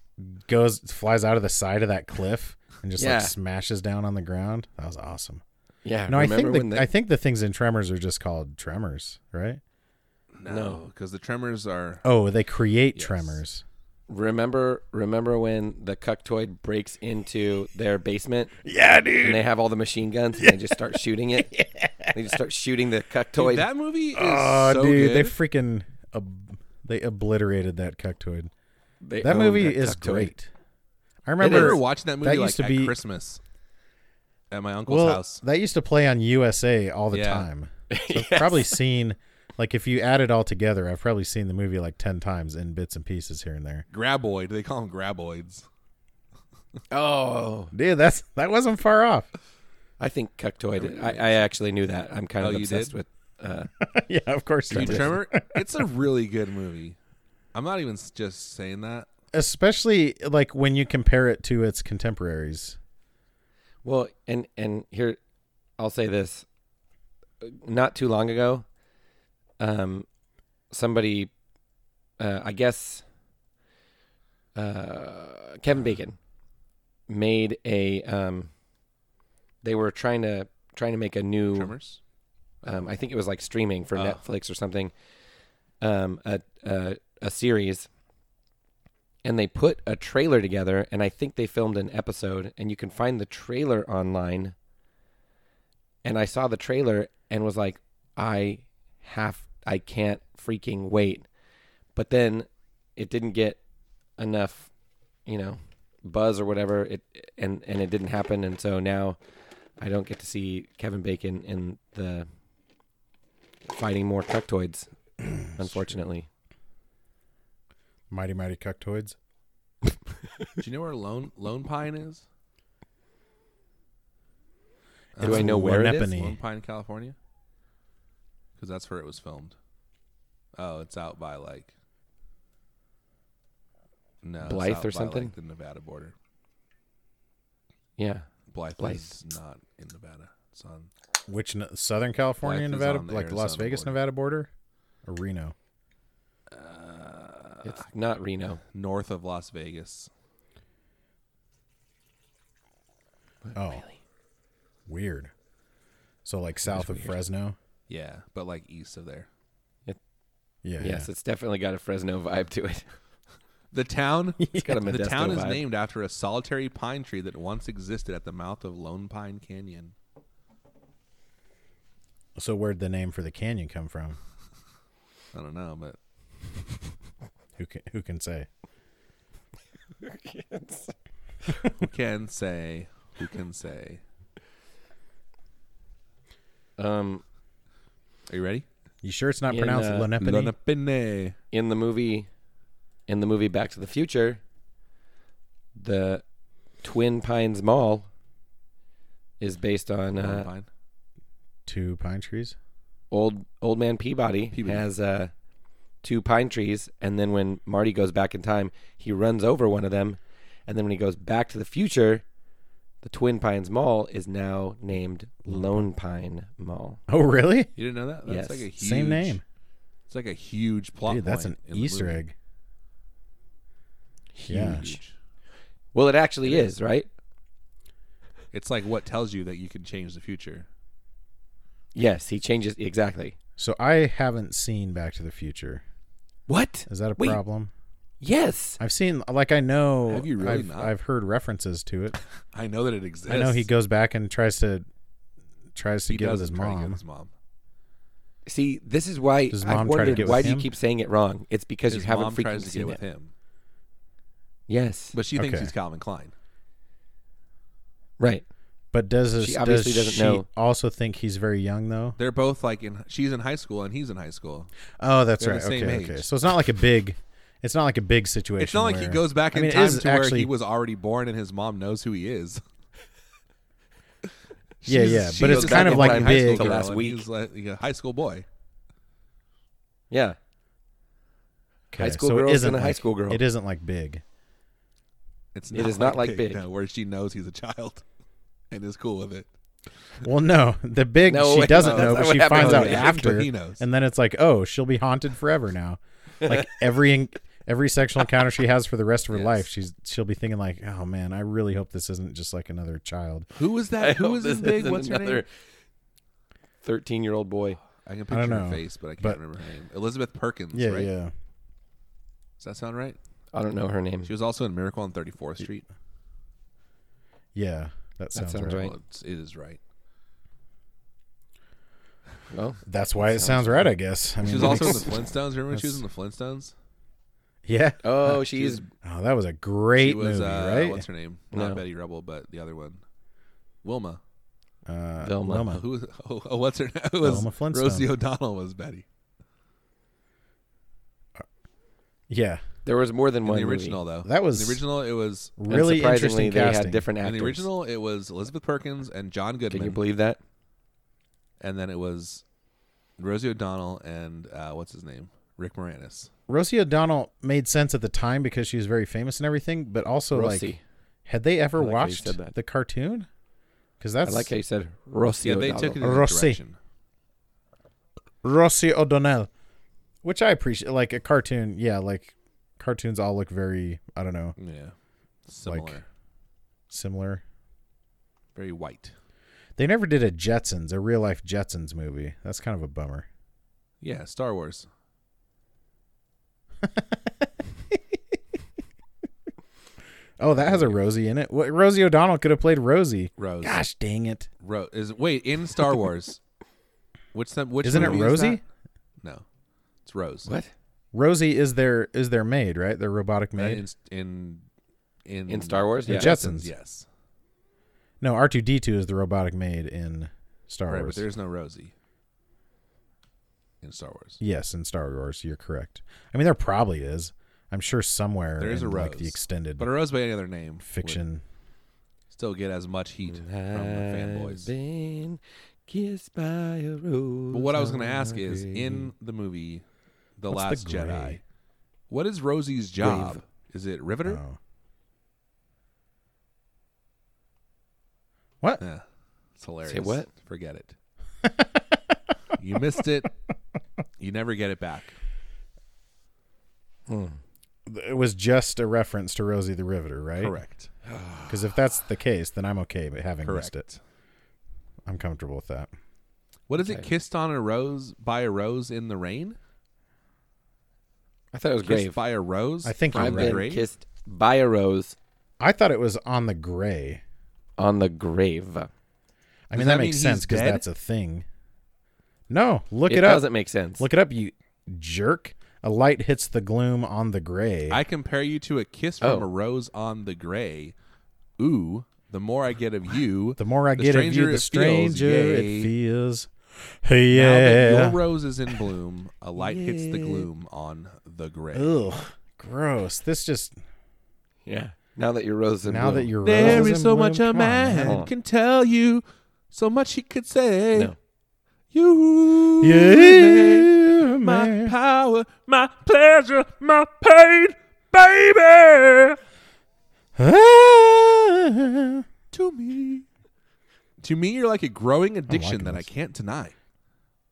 Speaker 3: goes, flies out of the side of that cliff and just,
Speaker 2: Yeah.
Speaker 3: like, smashes down on the ground? That was awesome.
Speaker 2: Yeah.
Speaker 3: No, I
Speaker 2: remember
Speaker 3: think the,
Speaker 2: when they,
Speaker 3: I think the things in Tremors are just called Tremors, right?
Speaker 1: No, because the tremors are.
Speaker 3: Oh, they create
Speaker 1: Yes.
Speaker 3: Tremors.
Speaker 2: remember remember when the cuctoid breaks into their basement
Speaker 3: Yeah, dude.
Speaker 2: and they have all the machine guns and they just start shooting it. They just start shooting the cuctoid.
Speaker 1: Dude, that movie is
Speaker 3: Oh,
Speaker 1: so
Speaker 3: dude,
Speaker 1: good.
Speaker 3: they freaking ob- they obliterated that cuctoid.
Speaker 2: They
Speaker 3: That
Speaker 2: own
Speaker 3: movie
Speaker 2: that
Speaker 3: is
Speaker 2: cuctoid.
Speaker 3: great. I
Speaker 1: I remember
Speaker 3: remember
Speaker 1: watching that movie
Speaker 3: that
Speaker 1: like
Speaker 3: used to
Speaker 1: at
Speaker 3: be-
Speaker 1: Christmas at my uncle's
Speaker 3: well,
Speaker 1: house.
Speaker 3: that used to play on USA all the
Speaker 1: Yeah.
Speaker 3: time. So I've probably seen like if you add it all together, I've probably seen the movie like 10 times in bits and pieces here and there.
Speaker 1: Graboid, they call them graboids.
Speaker 2: Oh,
Speaker 3: Dude, that's that wasn't far off.
Speaker 2: I think cuctoid. I, I actually knew that. I'm kind
Speaker 1: Oh,
Speaker 2: of
Speaker 1: you
Speaker 2: obsessed
Speaker 1: did?
Speaker 2: with. Uh,
Speaker 3: yeah, of course.
Speaker 1: Dude,
Speaker 3: Tremors.
Speaker 1: Tremor, it's a really good movie. I'm not even s- just saying that.
Speaker 3: Especially like when you compare it to its contemporaries.
Speaker 2: well, and and here, I'll say this. Not too long ago, um, somebody, uh, I guess, uh, Kevin Bacon, made a. Um, they were trying to trying to make a new.
Speaker 1: Tremors.
Speaker 2: um, I think it was like streaming for
Speaker 1: Oh.
Speaker 2: Netflix or something, um, a, a a series, and they put a trailer together, and I think they filmed an episode, and you can find the trailer online. And I saw the trailer and was like, I have, I can't freaking wait. But then it didn't get enough, you know, buzz or whatever. It and and it didn't happen, and so now. I don't get to see Kevin Bacon in the fighting more cuctoids, unfortunately.
Speaker 3: Mighty Mighty Cuctoids.
Speaker 1: Do you know where Lone Lone Pine is? Uh,
Speaker 2: Do I know where it is?
Speaker 3: Lenape.
Speaker 1: Lone Pine, California? Because that's where it was filmed. Oh, it's out by like no it's
Speaker 2: Blythe
Speaker 1: out
Speaker 2: or
Speaker 1: by, like,
Speaker 2: something?
Speaker 1: the Nevada border.
Speaker 2: Yeah.
Speaker 1: Blythe,
Speaker 2: Blythe.
Speaker 1: is not in Nevada. It's on
Speaker 3: Which n- Southern California,
Speaker 1: Life is
Speaker 3: Nevada,
Speaker 1: on the
Speaker 3: like Las
Speaker 1: Arizona
Speaker 3: Vegas,
Speaker 1: border.
Speaker 3: Nevada border, or Reno?
Speaker 1: Uh,
Speaker 2: It's not Reno.
Speaker 1: north of Las Vegas.
Speaker 3: Oh,
Speaker 2: Really?
Speaker 3: Weird. So like south of Fresno.
Speaker 1: Yeah, but like east of there.
Speaker 3: Yeah.
Speaker 2: Yes, it's definitely got a Fresno vibe to it.
Speaker 1: The town
Speaker 2: It's got a
Speaker 1: the
Speaker 2: Modesto
Speaker 1: town is
Speaker 2: vibe.
Speaker 1: named after a solitary pine tree that once existed at the mouth of Lone Pine Canyon.
Speaker 3: So where'd the name for the canyon come from?
Speaker 1: I don't know, but
Speaker 3: Who can who can say?
Speaker 1: who can say? Who can say?
Speaker 2: Um,
Speaker 1: Are you ready?
Speaker 3: You sure it's not
Speaker 2: In,
Speaker 3: pronounced
Speaker 2: uh,
Speaker 3: Lenape?
Speaker 1: Lenapine.
Speaker 2: in the movie, in the movie Back to the Future, the Twin Pines Mall is based on
Speaker 1: Lone
Speaker 2: uh,
Speaker 1: Pine.
Speaker 3: Two pine trees.
Speaker 2: old old man Peabody,
Speaker 1: Peabody.
Speaker 2: has uh, two pine trees, and then when Marty goes back in time, he runs over one of them, and then when he goes back to the future, the Twin Pines Mall is now named Lone Pine Mall.
Speaker 3: Oh really?
Speaker 1: You didn't know that? That's
Speaker 2: Yes.
Speaker 1: like a huge
Speaker 3: Same name.
Speaker 1: It's like a huge plot.
Speaker 3: Dude, that's an
Speaker 1: point in the
Speaker 3: Easter
Speaker 1: movie.
Speaker 3: egg. Yeah.
Speaker 1: Huge.
Speaker 2: Well, it actually is, right?
Speaker 1: It's like what tells you that you can change the future.
Speaker 2: Yes, he changes exactly.
Speaker 3: So I haven't seen Back to the Future.
Speaker 2: What?
Speaker 3: Is that a
Speaker 2: Wait.
Speaker 3: problem?
Speaker 2: Yes.
Speaker 3: I've seen like I know
Speaker 1: Have you really
Speaker 3: I've,
Speaker 1: not?
Speaker 3: I've heard references to it.
Speaker 1: I know that it exists.
Speaker 3: I know he goes back and tries to tries to
Speaker 1: He
Speaker 3: get with
Speaker 1: does
Speaker 3: his
Speaker 1: try to get
Speaker 3: mom.
Speaker 1: his mom.
Speaker 2: See, this is why
Speaker 3: Does
Speaker 2: I
Speaker 3: mom try to
Speaker 2: wondered
Speaker 3: get with
Speaker 2: why do you
Speaker 3: him?
Speaker 2: keep saying it wrong. It's because
Speaker 1: His
Speaker 2: you haven't
Speaker 1: mom
Speaker 2: freaking
Speaker 1: tries to
Speaker 2: seen
Speaker 1: get with
Speaker 2: it.
Speaker 1: him,
Speaker 2: Yes.
Speaker 1: but she thinks
Speaker 3: Okay.
Speaker 1: he's Calvin Klein.
Speaker 2: Right.
Speaker 3: But does this,
Speaker 2: She obviously
Speaker 3: does
Speaker 2: doesn't
Speaker 3: she
Speaker 2: know.
Speaker 3: also think he's very young though?
Speaker 1: They're both like in. She's in high school and he's in high school.
Speaker 3: Oh, that's
Speaker 1: They're
Speaker 3: right.
Speaker 1: the same
Speaker 3: okay,
Speaker 1: age.
Speaker 3: okay. So it's not like a big it's not like a big situation.
Speaker 1: It's not like he
Speaker 3: where-
Speaker 1: goes back
Speaker 3: I
Speaker 1: in
Speaker 3: mean, it
Speaker 1: time
Speaker 3: is
Speaker 1: to where
Speaker 3: actually-
Speaker 1: he was already born and his mom knows who he is.
Speaker 3: Yeah,
Speaker 1: She's-
Speaker 3: yeah, but
Speaker 1: she's
Speaker 3: it's
Speaker 1: just
Speaker 3: kind
Speaker 1: a
Speaker 2: of
Speaker 1: fucking
Speaker 2: like
Speaker 1: high school
Speaker 2: big-
Speaker 1: girl
Speaker 2: last
Speaker 1: and
Speaker 2: week.
Speaker 1: He's like a high school boy.
Speaker 2: Yeah.
Speaker 3: okay,
Speaker 2: high school
Speaker 3: so it
Speaker 2: girls
Speaker 3: isn't
Speaker 2: and a high
Speaker 3: like-
Speaker 2: school girl.
Speaker 3: It isn't like big.
Speaker 1: It's
Speaker 2: It is not like Big.
Speaker 1: no, where she knows he's a child and is cool with it.
Speaker 3: Well, no, the big
Speaker 2: No,
Speaker 3: she
Speaker 2: wait,
Speaker 3: doesn't
Speaker 2: no,
Speaker 3: know,
Speaker 2: that's
Speaker 3: but
Speaker 2: not
Speaker 3: she
Speaker 2: what
Speaker 3: finds out
Speaker 2: happened.
Speaker 3: after,
Speaker 1: But he knows.
Speaker 3: and then it's like, oh, she'll be haunted forever now. Like every every sexual encounter she has for the rest of her
Speaker 1: Yes.
Speaker 3: life, she's she'll be thinking like, oh man, I really hope this isn't just like another child.
Speaker 1: Who was
Speaker 2: I
Speaker 1: that? Who
Speaker 2: hope
Speaker 1: was
Speaker 2: this
Speaker 1: his big?
Speaker 2: isn't
Speaker 1: What's her name?
Speaker 2: another Thirteen-year-old boy.
Speaker 1: I can
Speaker 3: I don't
Speaker 1: picture her
Speaker 3: know,
Speaker 1: face, but I can't
Speaker 3: but-
Speaker 1: remember her name. Elizabeth Perkins,
Speaker 3: Yeah,
Speaker 1: right?
Speaker 3: yeah.
Speaker 1: Does that sound right?
Speaker 2: I don't know her name.
Speaker 1: She was also in Miracle on 34th Street.
Speaker 3: Yeah, that sounds,
Speaker 2: sounds
Speaker 3: right.
Speaker 2: right.
Speaker 1: Well, it's, it is right.
Speaker 2: Well,
Speaker 3: That's why it sounds right, I guess. I mean,
Speaker 1: She was
Speaker 3: it
Speaker 1: also in the
Speaker 3: makes-
Speaker 1: Flintstones. Remember when she was in the Flintstones?
Speaker 3: yeah.
Speaker 2: oh, she's
Speaker 3: Oh, that was a great
Speaker 1: She was,
Speaker 3: movie,
Speaker 1: uh,
Speaker 3: right?
Speaker 1: what's her name?
Speaker 2: No.
Speaker 1: Not Betty Rubble, but the other one. Wilma.
Speaker 3: Uh,
Speaker 2: Velma.
Speaker 1: Oh,
Speaker 3: Wilma.
Speaker 1: who was, oh, oh, what's her name? It was
Speaker 3: Velma Flintstone.
Speaker 1: Rosie O'Donnell was Betty.
Speaker 3: Yeah,
Speaker 2: there was more than
Speaker 1: In
Speaker 2: one
Speaker 1: the
Speaker 2: movie.
Speaker 1: original, though.
Speaker 3: that was
Speaker 1: In the original, it was.
Speaker 2: And
Speaker 3: really
Speaker 2: surprisingly,
Speaker 3: interesting
Speaker 2: they
Speaker 3: casting.
Speaker 2: had different
Speaker 1: In
Speaker 2: actors.
Speaker 1: the original, it was Elizabeth Perkins and John Goodman.
Speaker 2: Can you believe that?
Speaker 1: and then it was Rosie O'Donnell and uh, what's his name? Rick Moranis.
Speaker 3: Rosie O'Donnell made sense at the time because she was very famous and everything, but also like,
Speaker 2: Rossi.
Speaker 3: had they ever
Speaker 2: I like how you
Speaker 3: watched
Speaker 2: said that.
Speaker 3: the cartoon? Because
Speaker 2: I
Speaker 3: that's
Speaker 2: like how you said Rossi.
Speaker 1: yeah, they
Speaker 2: O'Donnell.
Speaker 1: took it in a
Speaker 3: Rossi.
Speaker 1: direction.
Speaker 3: Rossi O'Donnell, which I appreciate. Like a cartoon, yeah, like cartoons all look very I don't know
Speaker 1: Yeah, similar,
Speaker 3: similar.
Speaker 1: very white.
Speaker 3: They never did a Jetsons, a real life Jetsons movie. That's kind of a bummer.
Speaker 1: Yeah, Star Wars.
Speaker 3: Oh, that has a Rosie in it. What, Rosie O'Donnell could have played Rosie.
Speaker 1: Rose.
Speaker 3: Gosh dang it!
Speaker 1: Ro- is wait in Star Wars. Which the, which
Speaker 3: Isn't it
Speaker 1: movie is
Speaker 3: Rosie?
Speaker 1: that? no, it's Rose.
Speaker 2: What?
Speaker 3: Rosie is their is their maid, right? Their robotic
Speaker 1: That
Speaker 3: maid.
Speaker 1: Uh, In, in in
Speaker 2: In Star Wars?
Speaker 1: in
Speaker 2: Yeah.
Speaker 3: Jetsons.
Speaker 1: Yes.
Speaker 3: no, R two D two is the robotic maid in Star
Speaker 1: Right, but
Speaker 3: Wars.
Speaker 1: there's no Rosie in Star Wars.
Speaker 3: Yes, in Star Wars, you're correct. I mean, there probably is. I'm sure somewhere
Speaker 1: There is
Speaker 3: in,
Speaker 1: a
Speaker 3: like the
Speaker 1: Rose,
Speaker 3: extended
Speaker 1: But a Rose by any other name would
Speaker 3: fiction.
Speaker 1: still get as much heat from the fanboys.
Speaker 2: I've been kissed by a rose
Speaker 1: But what I was going to
Speaker 2: on
Speaker 1: ask
Speaker 2: my
Speaker 1: is
Speaker 2: grave.
Speaker 1: in the movie The
Speaker 3: What's
Speaker 1: Last
Speaker 3: the
Speaker 1: Jedi,
Speaker 3: gray?
Speaker 1: what is Rosie's job?
Speaker 2: Grave.
Speaker 1: Is it Riveter?
Speaker 3: Oh. What?
Speaker 1: Yeah. It's hilarious.
Speaker 2: what?
Speaker 1: Forget it. you missed it. You never get it back.
Speaker 3: It was just a reference to Rosie the Riveter, right?
Speaker 1: Correct.
Speaker 3: Because if that's the case, then I'm okay with having missed
Speaker 1: Correct.
Speaker 3: it. I'm comfortable with that.
Speaker 1: What is it? Kissed on a rose by a rose in the rain.
Speaker 2: I thought it was
Speaker 1: Kissed
Speaker 2: grave.
Speaker 1: by a rose.
Speaker 3: I think
Speaker 1: from
Speaker 3: you're
Speaker 2: I've
Speaker 1: the
Speaker 2: been
Speaker 1: grave?
Speaker 2: kissed by a rose
Speaker 3: I thought it was on the gray.
Speaker 2: on the grave.
Speaker 3: I
Speaker 1: Does
Speaker 3: mean
Speaker 1: that
Speaker 3: that, makes
Speaker 1: mean he's
Speaker 3: sense because
Speaker 1: dead?
Speaker 3: that's a thing. No, look
Speaker 2: it
Speaker 3: it, up.
Speaker 2: doesn't make sense.
Speaker 3: Look it up, you jerk. A light hits the gloom on the gray.
Speaker 1: I compare you to a kiss from
Speaker 2: Oh.
Speaker 1: a rose on the gray. Ooh, the more I get of you,
Speaker 3: the more I
Speaker 1: the
Speaker 3: get of
Speaker 1: stranger
Speaker 3: you,
Speaker 1: it
Speaker 3: the
Speaker 1: feels,
Speaker 3: stranger
Speaker 1: yea.
Speaker 3: it feels.
Speaker 1: now that
Speaker 3: Yeah.
Speaker 1: your rose is in bloom, a light hits the gloom on the gray.
Speaker 3: Ugh, gross. This just
Speaker 2: yeah. Now that your rose is in
Speaker 3: now that
Speaker 2: bloom.
Speaker 3: your
Speaker 1: There
Speaker 3: rose
Speaker 1: is
Speaker 3: in
Speaker 1: so
Speaker 3: bloom-
Speaker 1: much a
Speaker 3: come on,
Speaker 1: man
Speaker 2: man.
Speaker 1: can tell you, so much he could say.
Speaker 2: No.
Speaker 1: You make
Speaker 3: Yeah,
Speaker 1: my
Speaker 3: man.
Speaker 1: power, my pleasure, my pain, baby,
Speaker 3: Ah.
Speaker 1: to me. To me, you're like a growing addiction
Speaker 3: liking
Speaker 1: that I
Speaker 3: this.
Speaker 1: can't deny.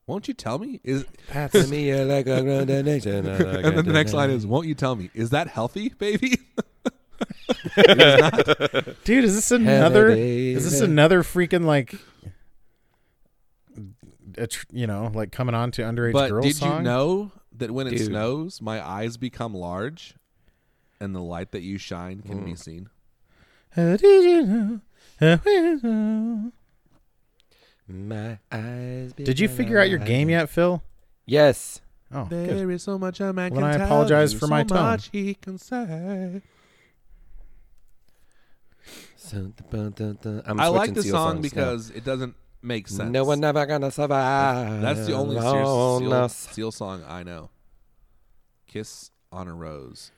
Speaker 1: Won't you tell me? Is
Speaker 2: To me, you're like a grand nation.
Speaker 1: and then the next line is, "Won't you tell me? Is that healthy, baby?" It is not.
Speaker 3: Dude, is this another?
Speaker 2: Hello,
Speaker 3: Is this
Speaker 2: baby.
Speaker 3: another freaking like? a tr- you know, like coming on to underage
Speaker 1: But
Speaker 3: girl
Speaker 1: did
Speaker 3: song.
Speaker 1: you know that when it
Speaker 2: Dude.
Speaker 1: snows, my eyes become large, and the light that you shine can
Speaker 3: Mm.
Speaker 1: be seen?
Speaker 3: Uh, did you know? Uh, we know.
Speaker 2: My eyes.
Speaker 3: Did you figure out your game yet, Phil?
Speaker 2: Yes.
Speaker 3: Oh, good.
Speaker 1: There is so much a man
Speaker 3: Well,
Speaker 1: can
Speaker 3: I
Speaker 1: tell
Speaker 3: apologize
Speaker 1: you,
Speaker 3: for my
Speaker 1: so
Speaker 3: tone.
Speaker 1: much he can say.
Speaker 2: So, dun, dun, dun. I'm
Speaker 1: i
Speaker 2: switching
Speaker 1: like the
Speaker 2: Seal
Speaker 1: song
Speaker 2: songs
Speaker 1: because it doesn't make
Speaker 2: now.
Speaker 1: sense.
Speaker 2: no one never gonna survive.
Speaker 1: That's the only serious seal,
Speaker 2: us.
Speaker 1: seal song I know. Kiss on a rose.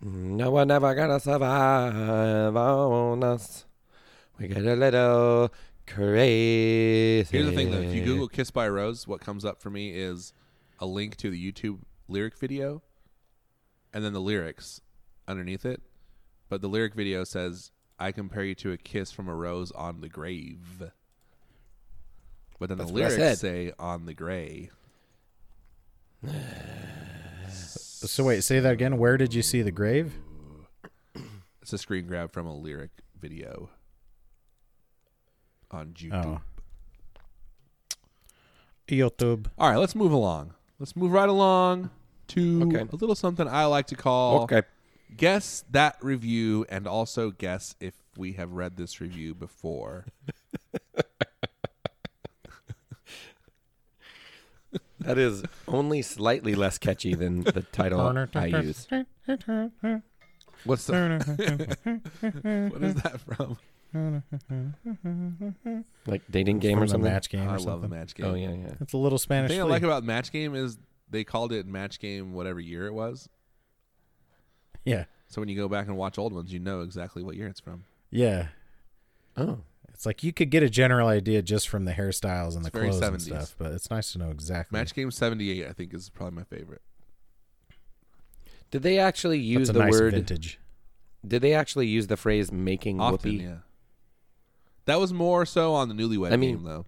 Speaker 2: No one ever gonna survive on us. We get a little crazy.
Speaker 1: Here's the thing though, if you Google "Kiss by a Rose," what comes up for me is a link to the YouTube lyric video, and then the lyrics underneath it. But the lyric video says, "I compare you to a kiss from a rose on the grave." But then the
Speaker 2: what I said.
Speaker 1: lyrics say "on the gray."
Speaker 3: So wait, say that again. Where did you see the grave?
Speaker 1: It's a screen grab from a lyric video on YouTube.
Speaker 3: Oh, YouTube.
Speaker 1: All right, let's move along. Let's move right along to
Speaker 2: Okay.
Speaker 1: a little something I like to call
Speaker 2: okay,
Speaker 1: guess that review and also guess if we have read this review before.
Speaker 2: that is only slightly less catchy than the title I use.
Speaker 1: What's the, what is that from?
Speaker 2: Like dating game
Speaker 3: From
Speaker 2: or
Speaker 3: the
Speaker 2: something.
Speaker 3: match game
Speaker 1: I
Speaker 3: or
Speaker 1: love the
Speaker 3: something.
Speaker 1: match game.
Speaker 2: Oh yeah, yeah.
Speaker 3: It's a little
Speaker 1: The
Speaker 3: Spanish.
Speaker 1: thing I
Speaker 3: flea.
Speaker 1: like about match game is they called it match game whatever year it was.
Speaker 3: yeah,
Speaker 1: So when you go back and watch old ones, you know exactly what year it's from.
Speaker 3: yeah.
Speaker 2: Oh,
Speaker 3: It's like you could get a general idea just from the hairstyles and the
Speaker 1: very
Speaker 3: clothes
Speaker 1: 70s.
Speaker 3: and stuff, but it's nice to know exactly.
Speaker 1: Match game 78 I think is probably my favorite.
Speaker 2: did they actually use
Speaker 3: That's a
Speaker 2: the
Speaker 3: nice
Speaker 2: word?
Speaker 3: vintage.
Speaker 2: Did they actually use the phrase "making
Speaker 1: Often,
Speaker 2: whoopee"?
Speaker 1: yeah. That was more so on the newlywed
Speaker 2: I mean-
Speaker 1: game though.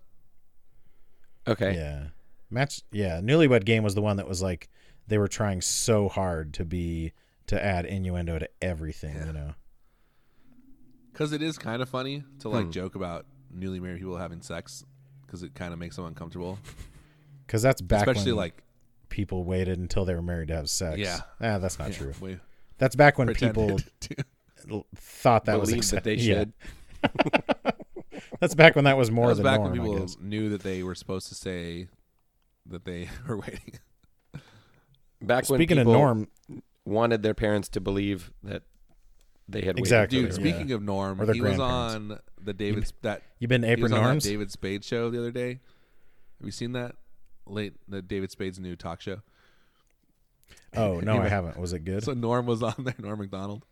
Speaker 2: Okay,
Speaker 3: Yeah. Match yeah, Newlywed Game was the one that was like they were trying so hard to be to add innuendo to everything, you know.
Speaker 1: Because it is kind of funny to
Speaker 3: Hmm.
Speaker 1: like joke about newly married people having sex because it kind of makes them uncomfortable,
Speaker 3: Cuz that's back
Speaker 1: especially
Speaker 3: when
Speaker 1: like
Speaker 3: people waited until they were married to have sex.
Speaker 1: Yeah.
Speaker 3: Ah, that's not true.
Speaker 1: we
Speaker 3: That's back when
Speaker 1: pretended to.
Speaker 3: people l- thought that was
Speaker 2: believe
Speaker 3: accept-
Speaker 2: that they
Speaker 3: yeah.
Speaker 2: should.
Speaker 3: That's back when that was more
Speaker 1: That was
Speaker 3: the
Speaker 1: back
Speaker 3: norm,
Speaker 1: when
Speaker 3: I
Speaker 1: people
Speaker 3: guess.
Speaker 1: knew that they were supposed to say that they were waiting.
Speaker 2: Back when
Speaker 3: Speaking of
Speaker 2: people
Speaker 3: norm,
Speaker 2: wanted their parents to believe that they had waited.
Speaker 3: Exactly.
Speaker 1: Dude,
Speaker 3: Yeah.
Speaker 1: speaking of Norm,
Speaker 3: Or their
Speaker 1: he was
Speaker 3: grandparents.
Speaker 1: on the David that
Speaker 3: you been to
Speaker 1: he was
Speaker 3: apron
Speaker 1: on that
Speaker 3: norms?
Speaker 1: David Spade show the other day. Have you seen that? Late the David Spade's new talk show.
Speaker 3: Oh, no, I haven't. Was it good?
Speaker 1: So Norm was on there, Norm McDonald.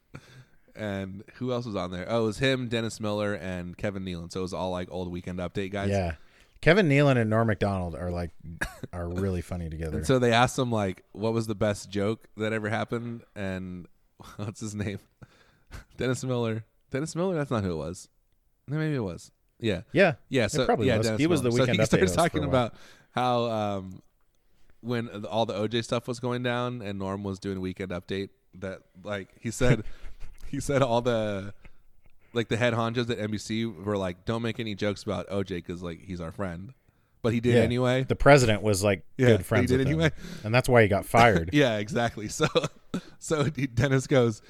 Speaker 1: And who else was on there? Oh, it was him, Dennis Miller, and Kevin Nealon. So it was all like old weekend update guys.
Speaker 3: yeah. Kevin Nealon and Norm MacDonald are like are really funny together.
Speaker 1: And so they asked him like, what was the best joke that ever happened? And what's his name? Dennis Miller. Dennis Miller. That's not who it was. No, maybe it was. Yeah.
Speaker 3: yeah.
Speaker 1: Yeah. So
Speaker 3: probably
Speaker 1: yeah,
Speaker 3: was.
Speaker 1: Dennis
Speaker 3: He was the
Speaker 1: Miller.
Speaker 3: Weekend
Speaker 1: So he
Speaker 3: Update
Speaker 1: starts
Speaker 3: host for a
Speaker 1: talking
Speaker 3: while.
Speaker 1: about how um, when the- all the OJ stuff was going down and Norm was doing Weekend Update, that like he said, he said all the like the head honchos at NBC were like, "Don't make any jokes about OJ because like he's our friend," but he did
Speaker 3: Yeah.
Speaker 1: anyway.
Speaker 3: The president was like
Speaker 1: Yeah,
Speaker 3: good friends
Speaker 1: he did
Speaker 3: with him,
Speaker 1: anyway.
Speaker 3: and that's why he got fired.
Speaker 1: Yeah, exactly. So, so he- Dennis goes,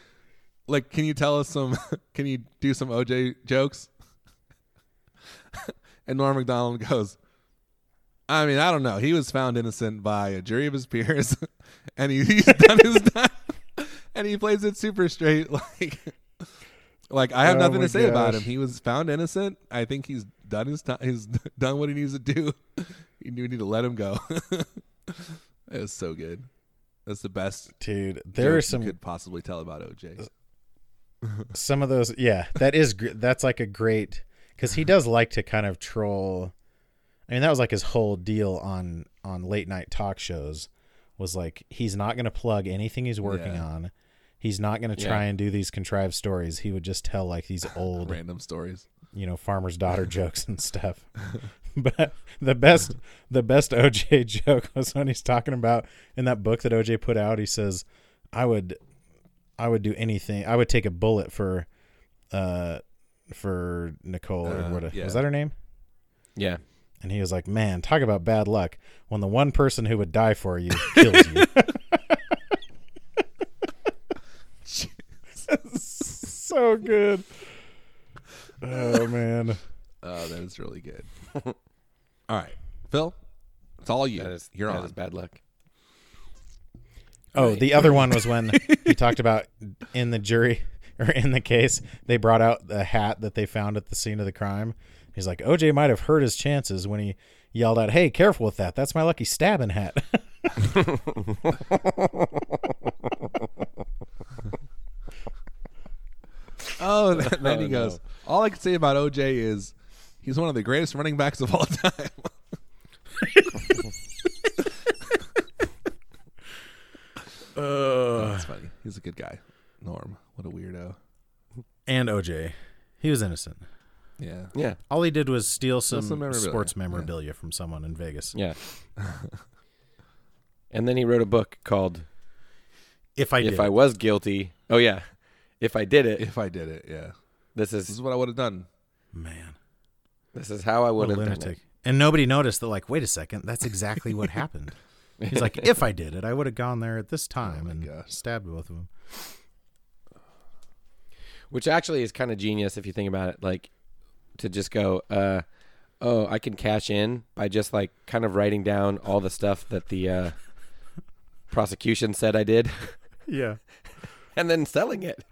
Speaker 1: like, can you tell us some? Can you do some OJ jokes? And Norm Macdonald goes, I mean, I don't know. He was found innocent by a jury of his peers, and he, he's done his time, and he plays it super straight, like. Like I have
Speaker 3: Oh
Speaker 1: nothing
Speaker 3: my
Speaker 1: to say about him.
Speaker 3: gosh.
Speaker 1: He was found innocent. I think he's done his time. He's done what he needs to do. You need to let him go. it was so good. That's the best.
Speaker 3: Dude, there are
Speaker 1: joke
Speaker 3: some Uh,
Speaker 1: you could possibly tell about OJ.
Speaker 3: some of those yeah that is gr- that's like a great because he does like to kind of troll i mean that was like his whole deal on on late night talk shows was like he's not going to plug anything he's working
Speaker 1: Yeah.
Speaker 3: on he's not going to
Speaker 2: Yeah.
Speaker 3: try and do these contrived stories he would just tell like these old
Speaker 1: Random stories.
Speaker 3: you know farmer's daughter jokes and stuff but the best the best oj joke was when he's talking about in that book that oj put out he says i would i would do anything i would take a bullet for uh for nicole
Speaker 1: Uh,
Speaker 3: or what
Speaker 1: yeah.
Speaker 3: was that her name
Speaker 2: Yeah.
Speaker 3: and he was like man talk about bad luck when the one person who would die for you kills you so good oh man
Speaker 1: Oh, that is really good. all right, Phil, it's all you.
Speaker 2: That is
Speaker 1: You're
Speaker 2: that
Speaker 1: on.
Speaker 2: is bad luck.
Speaker 3: Oh,
Speaker 2: Right.
Speaker 3: the other one was when he talked about in the jury or in the case, they brought out the hat that they found at the scene of the crime. He's like, OJ might have hurt his chances when he yelled out, Hey, careful with that. That's my lucky stabbing hat.
Speaker 1: Oh, th- then he
Speaker 2: Oh,
Speaker 1: goes.
Speaker 2: no.
Speaker 1: All I can say about OJ is he's one of the greatest running backs of all time.
Speaker 2: Uh.
Speaker 1: That's funny. He's a good guy. Norm, what a weirdo.
Speaker 3: and OJ, he was innocent.
Speaker 1: Yeah.
Speaker 2: Yeah.
Speaker 3: All he did was steal some,
Speaker 1: some memorabilia.
Speaker 3: sports
Speaker 1: Yeah.
Speaker 3: memorabilia from someone in Vegas.
Speaker 2: Yeah. and then he wrote a book called
Speaker 3: If I
Speaker 2: If
Speaker 3: did.
Speaker 2: I Was Guilty. Oh yeah. If I did it,
Speaker 1: If I did it, yeah,
Speaker 2: this
Speaker 1: this
Speaker 2: is
Speaker 1: is what I would have done.
Speaker 3: Man,
Speaker 2: this is how I would
Speaker 3: what a
Speaker 2: have done
Speaker 3: lunatic.
Speaker 2: it.
Speaker 3: And nobody noticed that, like, wait a second, that's exactly what happened. He's like, If I did it, I would have gone there at this time
Speaker 1: my
Speaker 3: and
Speaker 1: gosh.
Speaker 3: stabbed both of them.
Speaker 2: Which actually is kind of genius if you think about it. Like to just go, uh, oh, I can cash in by just like kind of writing down all the stuff that the uh, prosecution said I did,
Speaker 3: Yeah.
Speaker 2: and then selling it.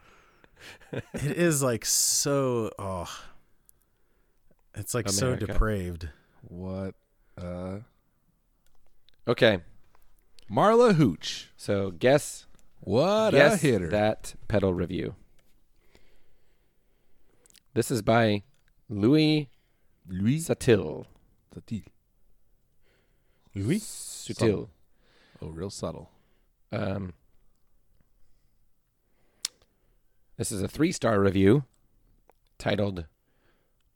Speaker 3: It is like so. Oh, it's like so
Speaker 2: America.
Speaker 3: depraved.
Speaker 1: What? Uh,
Speaker 2: Okay,
Speaker 1: Marla Hooch.
Speaker 2: so guess
Speaker 1: What a
Speaker 2: guess
Speaker 1: hitter.
Speaker 2: that pedal review. This is by Louis
Speaker 1: Louis
Speaker 2: Sutil.
Speaker 1: Satil.
Speaker 2: Sutil.
Speaker 1: Oh, real subtle.
Speaker 2: Um, this is a three-star review titled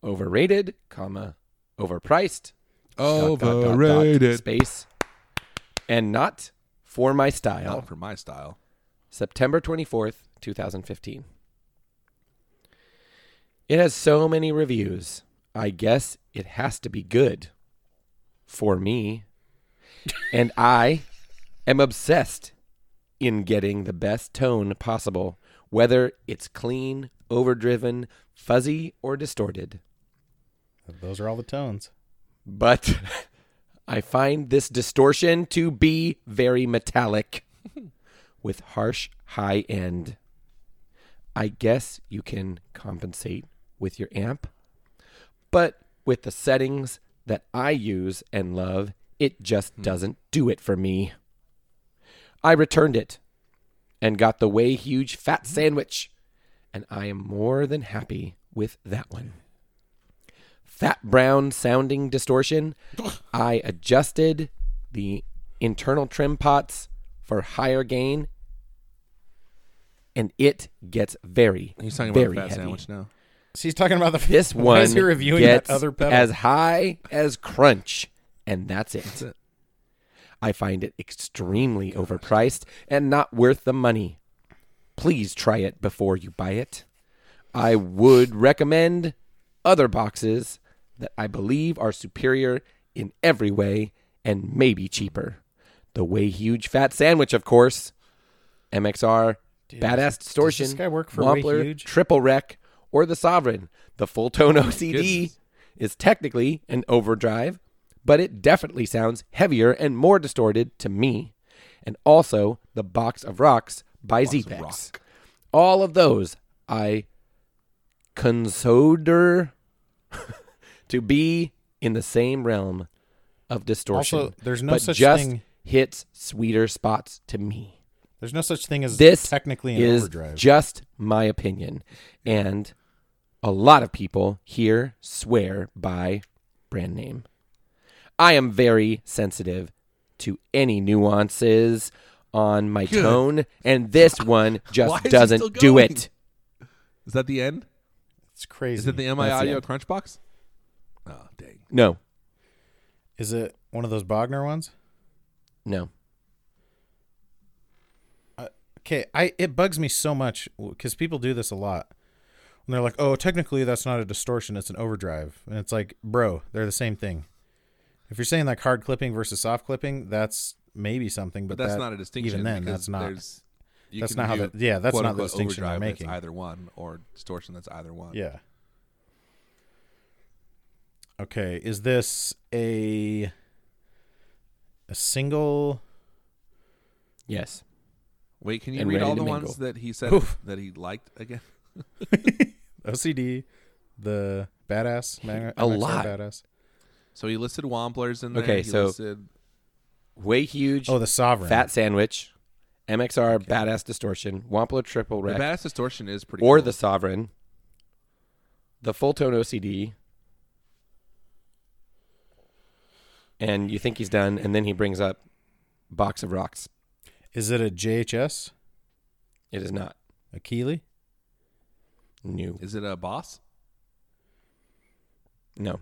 Speaker 2: "Overrated, comma Overpriced." dot, dot, dot, dot,
Speaker 1: Overrated.
Speaker 2: space and not for my style.
Speaker 1: Not for my style.
Speaker 2: September 24th, 2015. It has so many reviews. I guess it has to be good for me. and I am obsessed in getting the best tone possible, whether it's clean, overdriven, fuzzy, or distorted.
Speaker 3: Those are all the tones.
Speaker 2: But I find this distortion to be very metallic with harsh high end. I guess you can compensate with your amp, but with the settings that I use and love, it
Speaker 1: Hmm.
Speaker 2: just doesn't do it for me. I returned it and got the way huge
Speaker 1: Hmm.
Speaker 2: fat sandwich, and I am more than happy with that one fat brown sounding distortion. I adjusted the internal trim pots for higher gain, and it gets very,
Speaker 1: He's talking
Speaker 2: very
Speaker 1: about a fat
Speaker 2: heavy.
Speaker 1: sandwich now.
Speaker 3: So he's talking about the.
Speaker 2: This
Speaker 3: why
Speaker 2: one
Speaker 3: is he reviewing
Speaker 2: gets
Speaker 3: that other pedal?
Speaker 2: as high as crunch, and that's it.
Speaker 1: it.
Speaker 2: I find it extremely overpriced and not worth the money. Please try it before you buy it. I would recommend other boxes that I believe are superior in every way and maybe cheaper. The way huge fat sandwich, of course. MXR, Badass Distortion,
Speaker 3: guy work for Way
Speaker 2: Wampler,
Speaker 3: Huge?
Speaker 2: Triple Wreck, or the Sovereign. The full
Speaker 3: Oh,
Speaker 2: tone OCD is technically an overdrive, but it definitely sounds heavier and more distorted to me. And also the Box of Rocks by Zepex.
Speaker 1: Rock.
Speaker 2: All of those I consider to be in the same realm of distortion.
Speaker 3: Also, there's no
Speaker 2: but
Speaker 3: such
Speaker 2: just
Speaker 3: thing-
Speaker 2: hits sweeter spots to me.
Speaker 3: There's no such thing as
Speaker 2: This
Speaker 3: technically an
Speaker 2: is
Speaker 3: overdrive.
Speaker 2: just my opinion, and a lot of people here swear by brand name. I am very sensitive to any nuances on my tone, and this one
Speaker 1: Why is
Speaker 2: just
Speaker 1: he still
Speaker 2: doesn't do
Speaker 1: going?
Speaker 2: it.
Speaker 1: Is that the end?
Speaker 3: it's crazy.
Speaker 1: Is it the MI
Speaker 2: That's the
Speaker 1: Audio
Speaker 2: end.
Speaker 1: Crunch Box? Oh, dang.
Speaker 2: No,
Speaker 3: Is it one of those Bogner ones?
Speaker 2: no.
Speaker 3: Okay, I it bugs me so much because people do this a lot. And they're like, "Oh, technically that's not a distortion; it's an overdrive." And it's like, bro, they're the same thing. If you're saying like hard clipping versus soft clipping, that's maybe something, but,
Speaker 1: But that's
Speaker 3: that-
Speaker 1: not a distinction.
Speaker 3: Even then,
Speaker 1: because
Speaker 3: that's not.
Speaker 1: there's- you
Speaker 3: that's
Speaker 1: can
Speaker 3: not how
Speaker 1: do
Speaker 3: the- yeah, that's not the
Speaker 1: quote-unquote
Speaker 3: distinction they're
Speaker 1: overdrive that's
Speaker 3: making.
Speaker 1: either one or distortion that's either one.
Speaker 3: Yeah. Okay, is this a a single?
Speaker 2: Yes.
Speaker 1: Wait, can you
Speaker 2: And
Speaker 1: read
Speaker 2: ready
Speaker 1: all
Speaker 2: to
Speaker 1: the
Speaker 2: mingle.
Speaker 1: ones that he said
Speaker 3: Oof.
Speaker 1: that he liked again?
Speaker 3: OCD, the badass, man,
Speaker 2: A
Speaker 3: MXR
Speaker 2: lot.
Speaker 3: Badass.
Speaker 1: So he listed Wamplers in there.
Speaker 2: Okay,
Speaker 1: he
Speaker 2: so-
Speaker 1: listed
Speaker 2: Way huge.
Speaker 3: Oh, the sovereign.
Speaker 2: Fat Sandwich, MXR Badass Distortion, Wampler Triple
Speaker 1: the
Speaker 2: Wreck,
Speaker 1: Bass Distortion is pretty.
Speaker 2: or
Speaker 1: cool.
Speaker 2: the Sovereign, the Full Tone OCD, and you think he's done, and then he brings up Box of Rocks.
Speaker 3: Is it a JHS?
Speaker 2: It is not
Speaker 3: A Keeley?
Speaker 2: new.
Speaker 1: is it a Boss?
Speaker 2: No,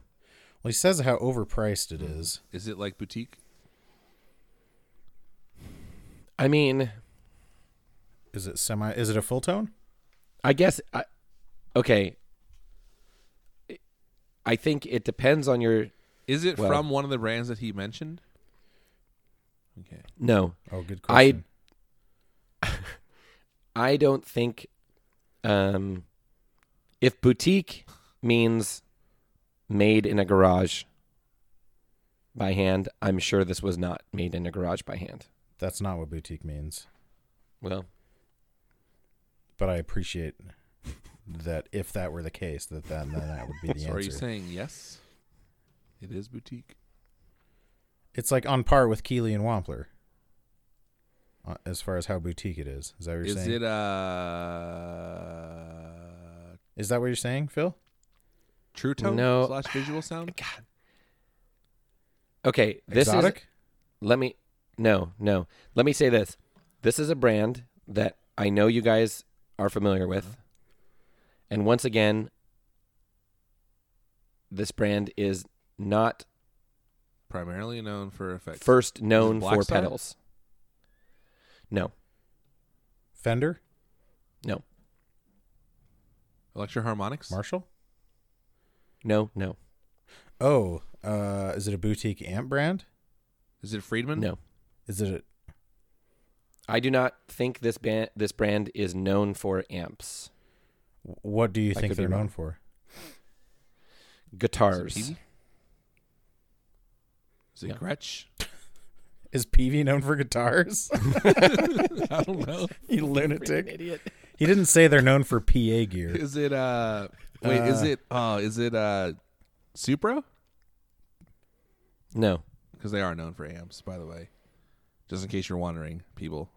Speaker 3: Well, he says how overpriced it is.
Speaker 1: Is it like boutique?
Speaker 2: I mean,
Speaker 3: Is it semi? Is it a full tone?
Speaker 2: I guess. I, okay, I think it depends on your.
Speaker 1: Is it
Speaker 2: Well-
Speaker 1: from one of the brands that he mentioned? Okay.
Speaker 2: No,
Speaker 3: Oh, good
Speaker 2: I-
Speaker 3: question.
Speaker 2: I don't think um if boutique means made in a garage by hand, I'm sure this was not made in a garage by hand.
Speaker 3: That's not what boutique means,
Speaker 2: Well,
Speaker 3: but I appreciate that if that were the case, that then, then that would be the
Speaker 1: So
Speaker 3: answer.
Speaker 1: are you saying yes? It is boutique.
Speaker 3: it's like on par with Keeley and Wampler, uh, as far as how boutique it is. Is that what you're
Speaker 1: is it
Speaker 3: saying?
Speaker 1: a
Speaker 3: Is that what you're saying, Phil?
Speaker 1: True Tone
Speaker 2: No.
Speaker 1: slash Visual Sound?
Speaker 2: God. Okay, this
Speaker 3: Exotic?
Speaker 2: is let me no, no. Let me say this. This is a brand that I know you guys are familiar with. And once again, this brand is not
Speaker 1: Primarily known for effects.
Speaker 2: first known
Speaker 1: Black
Speaker 2: for
Speaker 1: Star?
Speaker 2: pedals. No,
Speaker 3: Fender,
Speaker 2: no,
Speaker 1: Electro Harmonics.
Speaker 3: Marshall.
Speaker 2: no, no,
Speaker 3: Oh, uh, is it a boutique amp brand?
Speaker 1: Is it Friedman?
Speaker 2: no.
Speaker 3: Is it? A,
Speaker 2: I do not think this band, this brand, is known for amps,
Speaker 3: what do you
Speaker 2: I
Speaker 3: think
Speaker 2: could be
Speaker 3: they're known
Speaker 2: wrong.
Speaker 3: for?
Speaker 2: guitars.
Speaker 1: Is it, PV? Is it
Speaker 2: No.
Speaker 1: Gretsch?
Speaker 3: Is PV known for guitars?
Speaker 1: I don't know.
Speaker 3: you lunatic! Idiot. He didn't say they're known for PA gear.
Speaker 1: Is it uh wait, is
Speaker 3: Uh,
Speaker 1: it uh is it uh Supra?
Speaker 2: No,
Speaker 1: Because they are known for amps, by the way. Just in case you're wondering, people.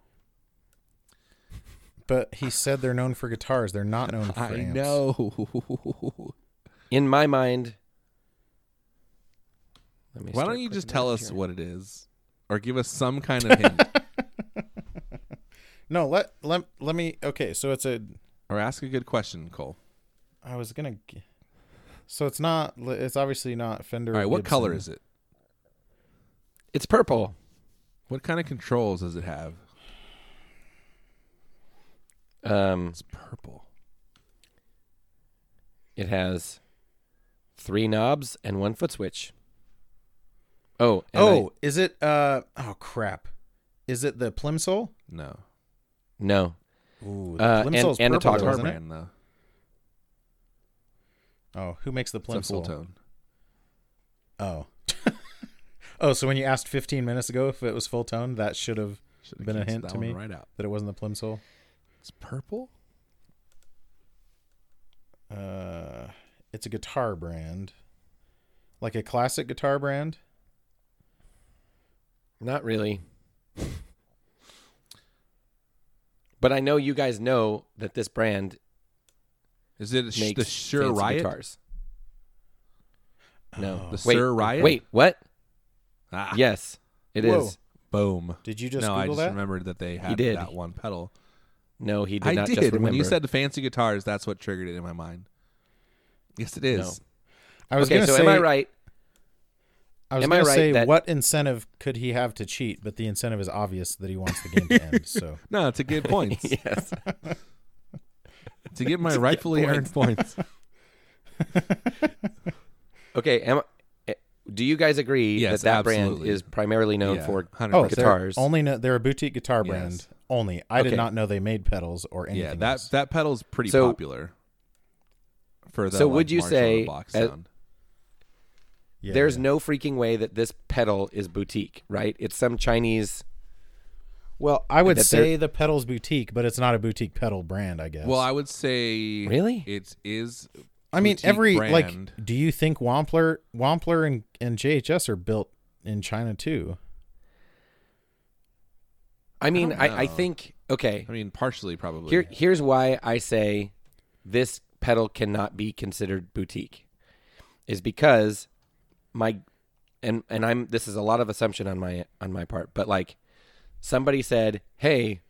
Speaker 3: But he said they're known for guitars. They're not known for
Speaker 1: I
Speaker 3: amps.
Speaker 1: know.
Speaker 2: in my mind. Let me
Speaker 1: Why
Speaker 2: start
Speaker 1: don't you just
Speaker 2: clicking
Speaker 1: tell
Speaker 2: over
Speaker 1: us
Speaker 2: here.
Speaker 1: what it is? Or give us some kind of hint.
Speaker 3: No, let let let me. Okay, so it's a.
Speaker 1: or ask a good question, Cole.
Speaker 3: I was gonna. g- So it's not. It's obviously not Fender.
Speaker 1: All right, what color is it?
Speaker 2: It's purple.
Speaker 1: What kind of controls does it have?
Speaker 2: Um,
Speaker 1: It's purple.
Speaker 2: It has three knobs and one foot switch. Oh, and I-
Speaker 3: oh, is it? Uh, oh crap! Is it the plimsoll?
Speaker 1: No.
Speaker 2: no,
Speaker 3: Ooh,
Speaker 2: Uh, and-
Speaker 3: plimsoll's
Speaker 2: and a
Speaker 3: purple,
Speaker 2: toggle.
Speaker 1: Guitar
Speaker 3: isn't it?
Speaker 1: brand, though.
Speaker 3: Oh, who makes the
Speaker 1: It's a full
Speaker 3: plimsoll?
Speaker 1: tone.
Speaker 3: Oh, oh. So when you asked 15 minutes ago if it was full tone, that should have
Speaker 1: Should've
Speaker 3: Been a
Speaker 1: canceled
Speaker 3: hint
Speaker 1: that
Speaker 3: to
Speaker 1: one
Speaker 3: me.
Speaker 1: Right out.
Speaker 3: that it wasn't the plimsoll.
Speaker 1: It's purple?
Speaker 3: Uh, it's a guitar brand, like a classic guitar brand.
Speaker 2: not really. but I know you guys know that this brand
Speaker 1: Is it sh-
Speaker 2: makes
Speaker 1: the Sure
Speaker 2: fancy
Speaker 1: Riot?
Speaker 2: guitars. No,
Speaker 1: The
Speaker 2: wait,
Speaker 1: Sir Riot?
Speaker 2: Wait, what?
Speaker 1: Ah,
Speaker 2: Yes, it is.
Speaker 3: Whoa.
Speaker 1: Boom.
Speaker 3: Did you just
Speaker 1: no, I
Speaker 3: Google
Speaker 1: just
Speaker 3: that?
Speaker 1: remembered that they had
Speaker 2: did.
Speaker 1: that one pedal.
Speaker 2: No, he did
Speaker 1: I
Speaker 2: not
Speaker 1: did.
Speaker 2: just remember.
Speaker 1: When you said the fancy guitars, that's what triggered it in my mind. Yes, it is.
Speaker 3: I was
Speaker 2: okay,
Speaker 3: gonna
Speaker 2: so
Speaker 3: say.
Speaker 2: am I right?
Speaker 3: I was
Speaker 2: Am I
Speaker 3: gonna
Speaker 2: right
Speaker 3: say
Speaker 2: that-
Speaker 3: what incentive could he have to cheat, but the incentive is obvious that he wants the game to end. So
Speaker 1: No, to get points,
Speaker 2: yes.
Speaker 1: to get my rightfully earned points.
Speaker 2: Okay, am I, eh, do you guys agree
Speaker 1: Yes,
Speaker 2: that that brand
Speaker 1: absolutely.
Speaker 2: is primarily known
Speaker 1: Yeah,
Speaker 2: for
Speaker 1: 100%. Guitar-
Speaker 3: oh,
Speaker 2: guitars?
Speaker 3: They're only no, they're a boutique guitar
Speaker 1: Yes.
Speaker 3: brand. Only I
Speaker 2: Okay.
Speaker 3: did not know they made pedals or anything.
Speaker 1: yeah, that
Speaker 3: else.
Speaker 1: that pedal's pretty
Speaker 2: So-
Speaker 1: popular. For the
Speaker 2: So
Speaker 1: like,
Speaker 2: would you
Speaker 1: Marshall
Speaker 2: say,
Speaker 1: box
Speaker 2: uh,
Speaker 1: sound.
Speaker 3: Yeah,
Speaker 2: There's
Speaker 3: yeah.
Speaker 2: no freaking way that this pedal is boutique, right? It's some Chinese.
Speaker 3: Well, I would
Speaker 2: that they're-
Speaker 3: say the pedals boutique, but it's not a boutique pedal brand. I guess.
Speaker 1: Well, I would say
Speaker 2: Really?
Speaker 1: it is.
Speaker 3: I mean,
Speaker 1: boutique
Speaker 3: every
Speaker 1: brand.
Speaker 3: like, do you think Wampler, Wampler, and and JHS are built in China too?
Speaker 2: I mean,
Speaker 1: don't
Speaker 2: I, I,
Speaker 1: know.
Speaker 2: think okay.
Speaker 1: I mean, partially probably.
Speaker 2: Here, here's why I say this pedal cannot be considered boutique, is because my and and I'm this is a lot of assumption on my on my part, but like somebody said, hey,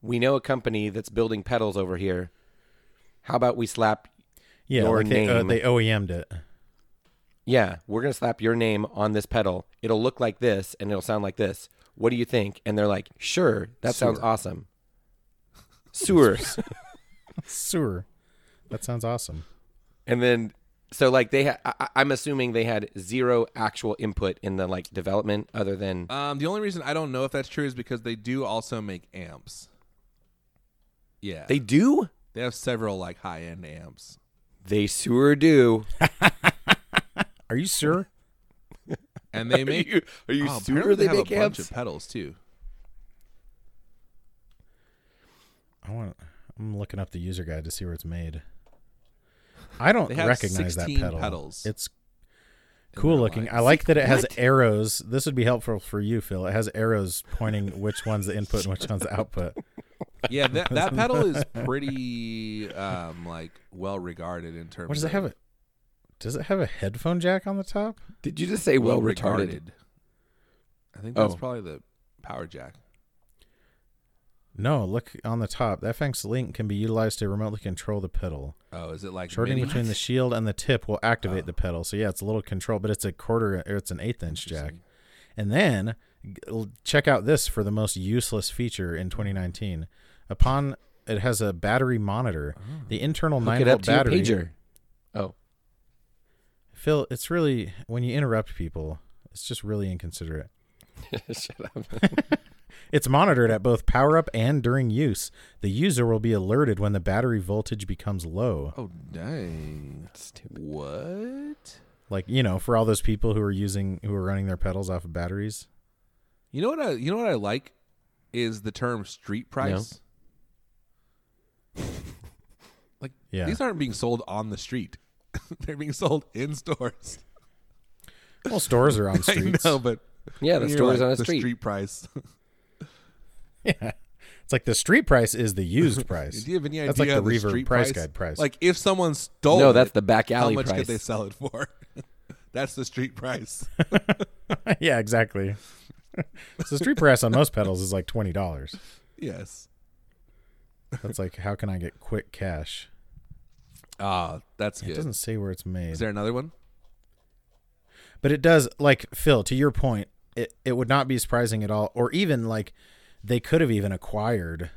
Speaker 2: we know a company that's building pedals over here. How about we slap
Speaker 3: Yeah,
Speaker 2: Your
Speaker 3: like they, uh,
Speaker 2: name.
Speaker 3: they OEM'd it.
Speaker 2: yeah, we're going to slap your name on this pedal. It'll look like this and it'll sound like this. What do you think? And they're like, sure, that sounds
Speaker 1: Sewer.
Speaker 2: awesome. Sewer.
Speaker 3: Sewer. That sounds awesome.
Speaker 2: and then, so like they had, I- I'm assuming they had zero actual input in the like development other than,
Speaker 1: Um, the only reason I don't know if that's true is because they do also make amps. Yeah,
Speaker 2: they do?
Speaker 1: they have several like high end amps.
Speaker 2: They sure do.
Speaker 3: Are you sure?
Speaker 1: and they make
Speaker 2: you- are you
Speaker 1: oh,
Speaker 2: sure
Speaker 1: apparently
Speaker 2: they
Speaker 1: have
Speaker 2: make
Speaker 1: a bunch of
Speaker 2: amps?
Speaker 1: pedals too.
Speaker 3: I want. I'm looking up the user guide to see where it's made. I don't
Speaker 1: They have
Speaker 3: recognize that
Speaker 1: 16
Speaker 3: pedal.
Speaker 1: pedals
Speaker 3: It's cool
Speaker 1: their
Speaker 3: looking.
Speaker 1: line.
Speaker 3: I like that it has arrows. This would be helpful for you, Phil. It has arrows pointing which one's the input and which one's the output.
Speaker 1: Yeah, that that pedal is pretty um like well regarded in terms.
Speaker 3: What does it
Speaker 1: of
Speaker 3: have? A, does it have a headphone jack on the top?
Speaker 2: Did you just say well retarded?
Speaker 1: regarded. I think that's
Speaker 2: Oh.
Speaker 1: probably the power jack.
Speaker 3: No, look on the top. The FX link can be utilized to remotely control the pedal.
Speaker 1: Oh, is it like
Speaker 3: Shorting
Speaker 1: mini? Oh.
Speaker 3: between the shield and the tip will activate the pedal. So yeah, it's a little control, but it's a quarter or it's an eighth inch jack.
Speaker 1: Interesting.
Speaker 3: And then g- l- check out this for the most useless feature in 2019. Upon it has a battery
Speaker 1: Oh.
Speaker 3: monitor. The internal
Speaker 2: Hook
Speaker 3: 9
Speaker 2: it up
Speaker 3: volt
Speaker 2: to your
Speaker 3: battery.
Speaker 2: pager. Oh,
Speaker 3: Phil, it's really when you interrupt people, it's just really inconsiderate.
Speaker 2: shut up.
Speaker 3: It's monitored at both power up and during use. The user will be alerted when the battery voltage becomes low.
Speaker 1: Oh dang!
Speaker 2: Stupid.
Speaker 1: What?
Speaker 3: Like, you know, for all those people who are using who are running their pedals off of batteries.
Speaker 1: You know what I? You know what I like is the term street price. like
Speaker 3: Yeah.
Speaker 1: these aren't being sold on the street; they're being sold in stores.
Speaker 3: Well, stores are on streets.
Speaker 1: I know, but
Speaker 2: Yeah, the
Speaker 1: You're
Speaker 2: store's
Speaker 1: like,
Speaker 2: on a
Speaker 1: the
Speaker 2: street.
Speaker 1: street price.
Speaker 3: Yeah. It's like the street price is the used price.
Speaker 1: Do you have any idea
Speaker 3: That's like the
Speaker 1: of the
Speaker 3: reverb
Speaker 1: street
Speaker 3: price guide price.
Speaker 1: Like if someone stole,
Speaker 2: No,
Speaker 1: it,
Speaker 2: that's the back
Speaker 1: how
Speaker 2: alley
Speaker 1: much
Speaker 2: price.
Speaker 1: could they sell it for? that's the street price.
Speaker 3: yeah, exactly. so street price on most pedals is like twenty dollars.
Speaker 1: yes.
Speaker 3: That's like how can I get quick cash?
Speaker 1: Ah, that's
Speaker 3: It
Speaker 1: good.
Speaker 3: doesn't say where it's made.
Speaker 1: Is there another one?
Speaker 3: But it does, like Phil, to your point, it, it would not be surprising at all, or even like they could have even acquired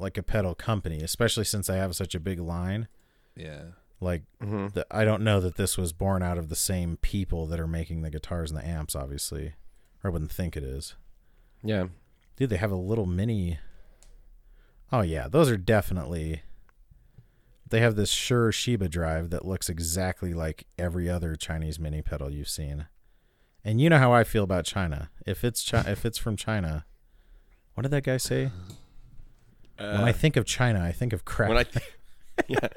Speaker 3: like a pedal company, especially since they have such a big line.
Speaker 1: Yeah.
Speaker 3: Like
Speaker 1: Mm-hmm.
Speaker 3: the, I don't know that this was born out of the same people that are making the guitars and the amps, obviously. Or I wouldn't think it is.
Speaker 2: Yeah.
Speaker 3: Dude, they have a little mini. Oh yeah, those are definitely. They have this Shure Shiba drive that looks exactly like every other Chinese mini pedal you've seen, and you know how I feel about China. If it's chi- if it's from China, what did that guy say? when I
Speaker 1: Uh,
Speaker 3: think of China, I think of crap.
Speaker 2: When I th- yeah.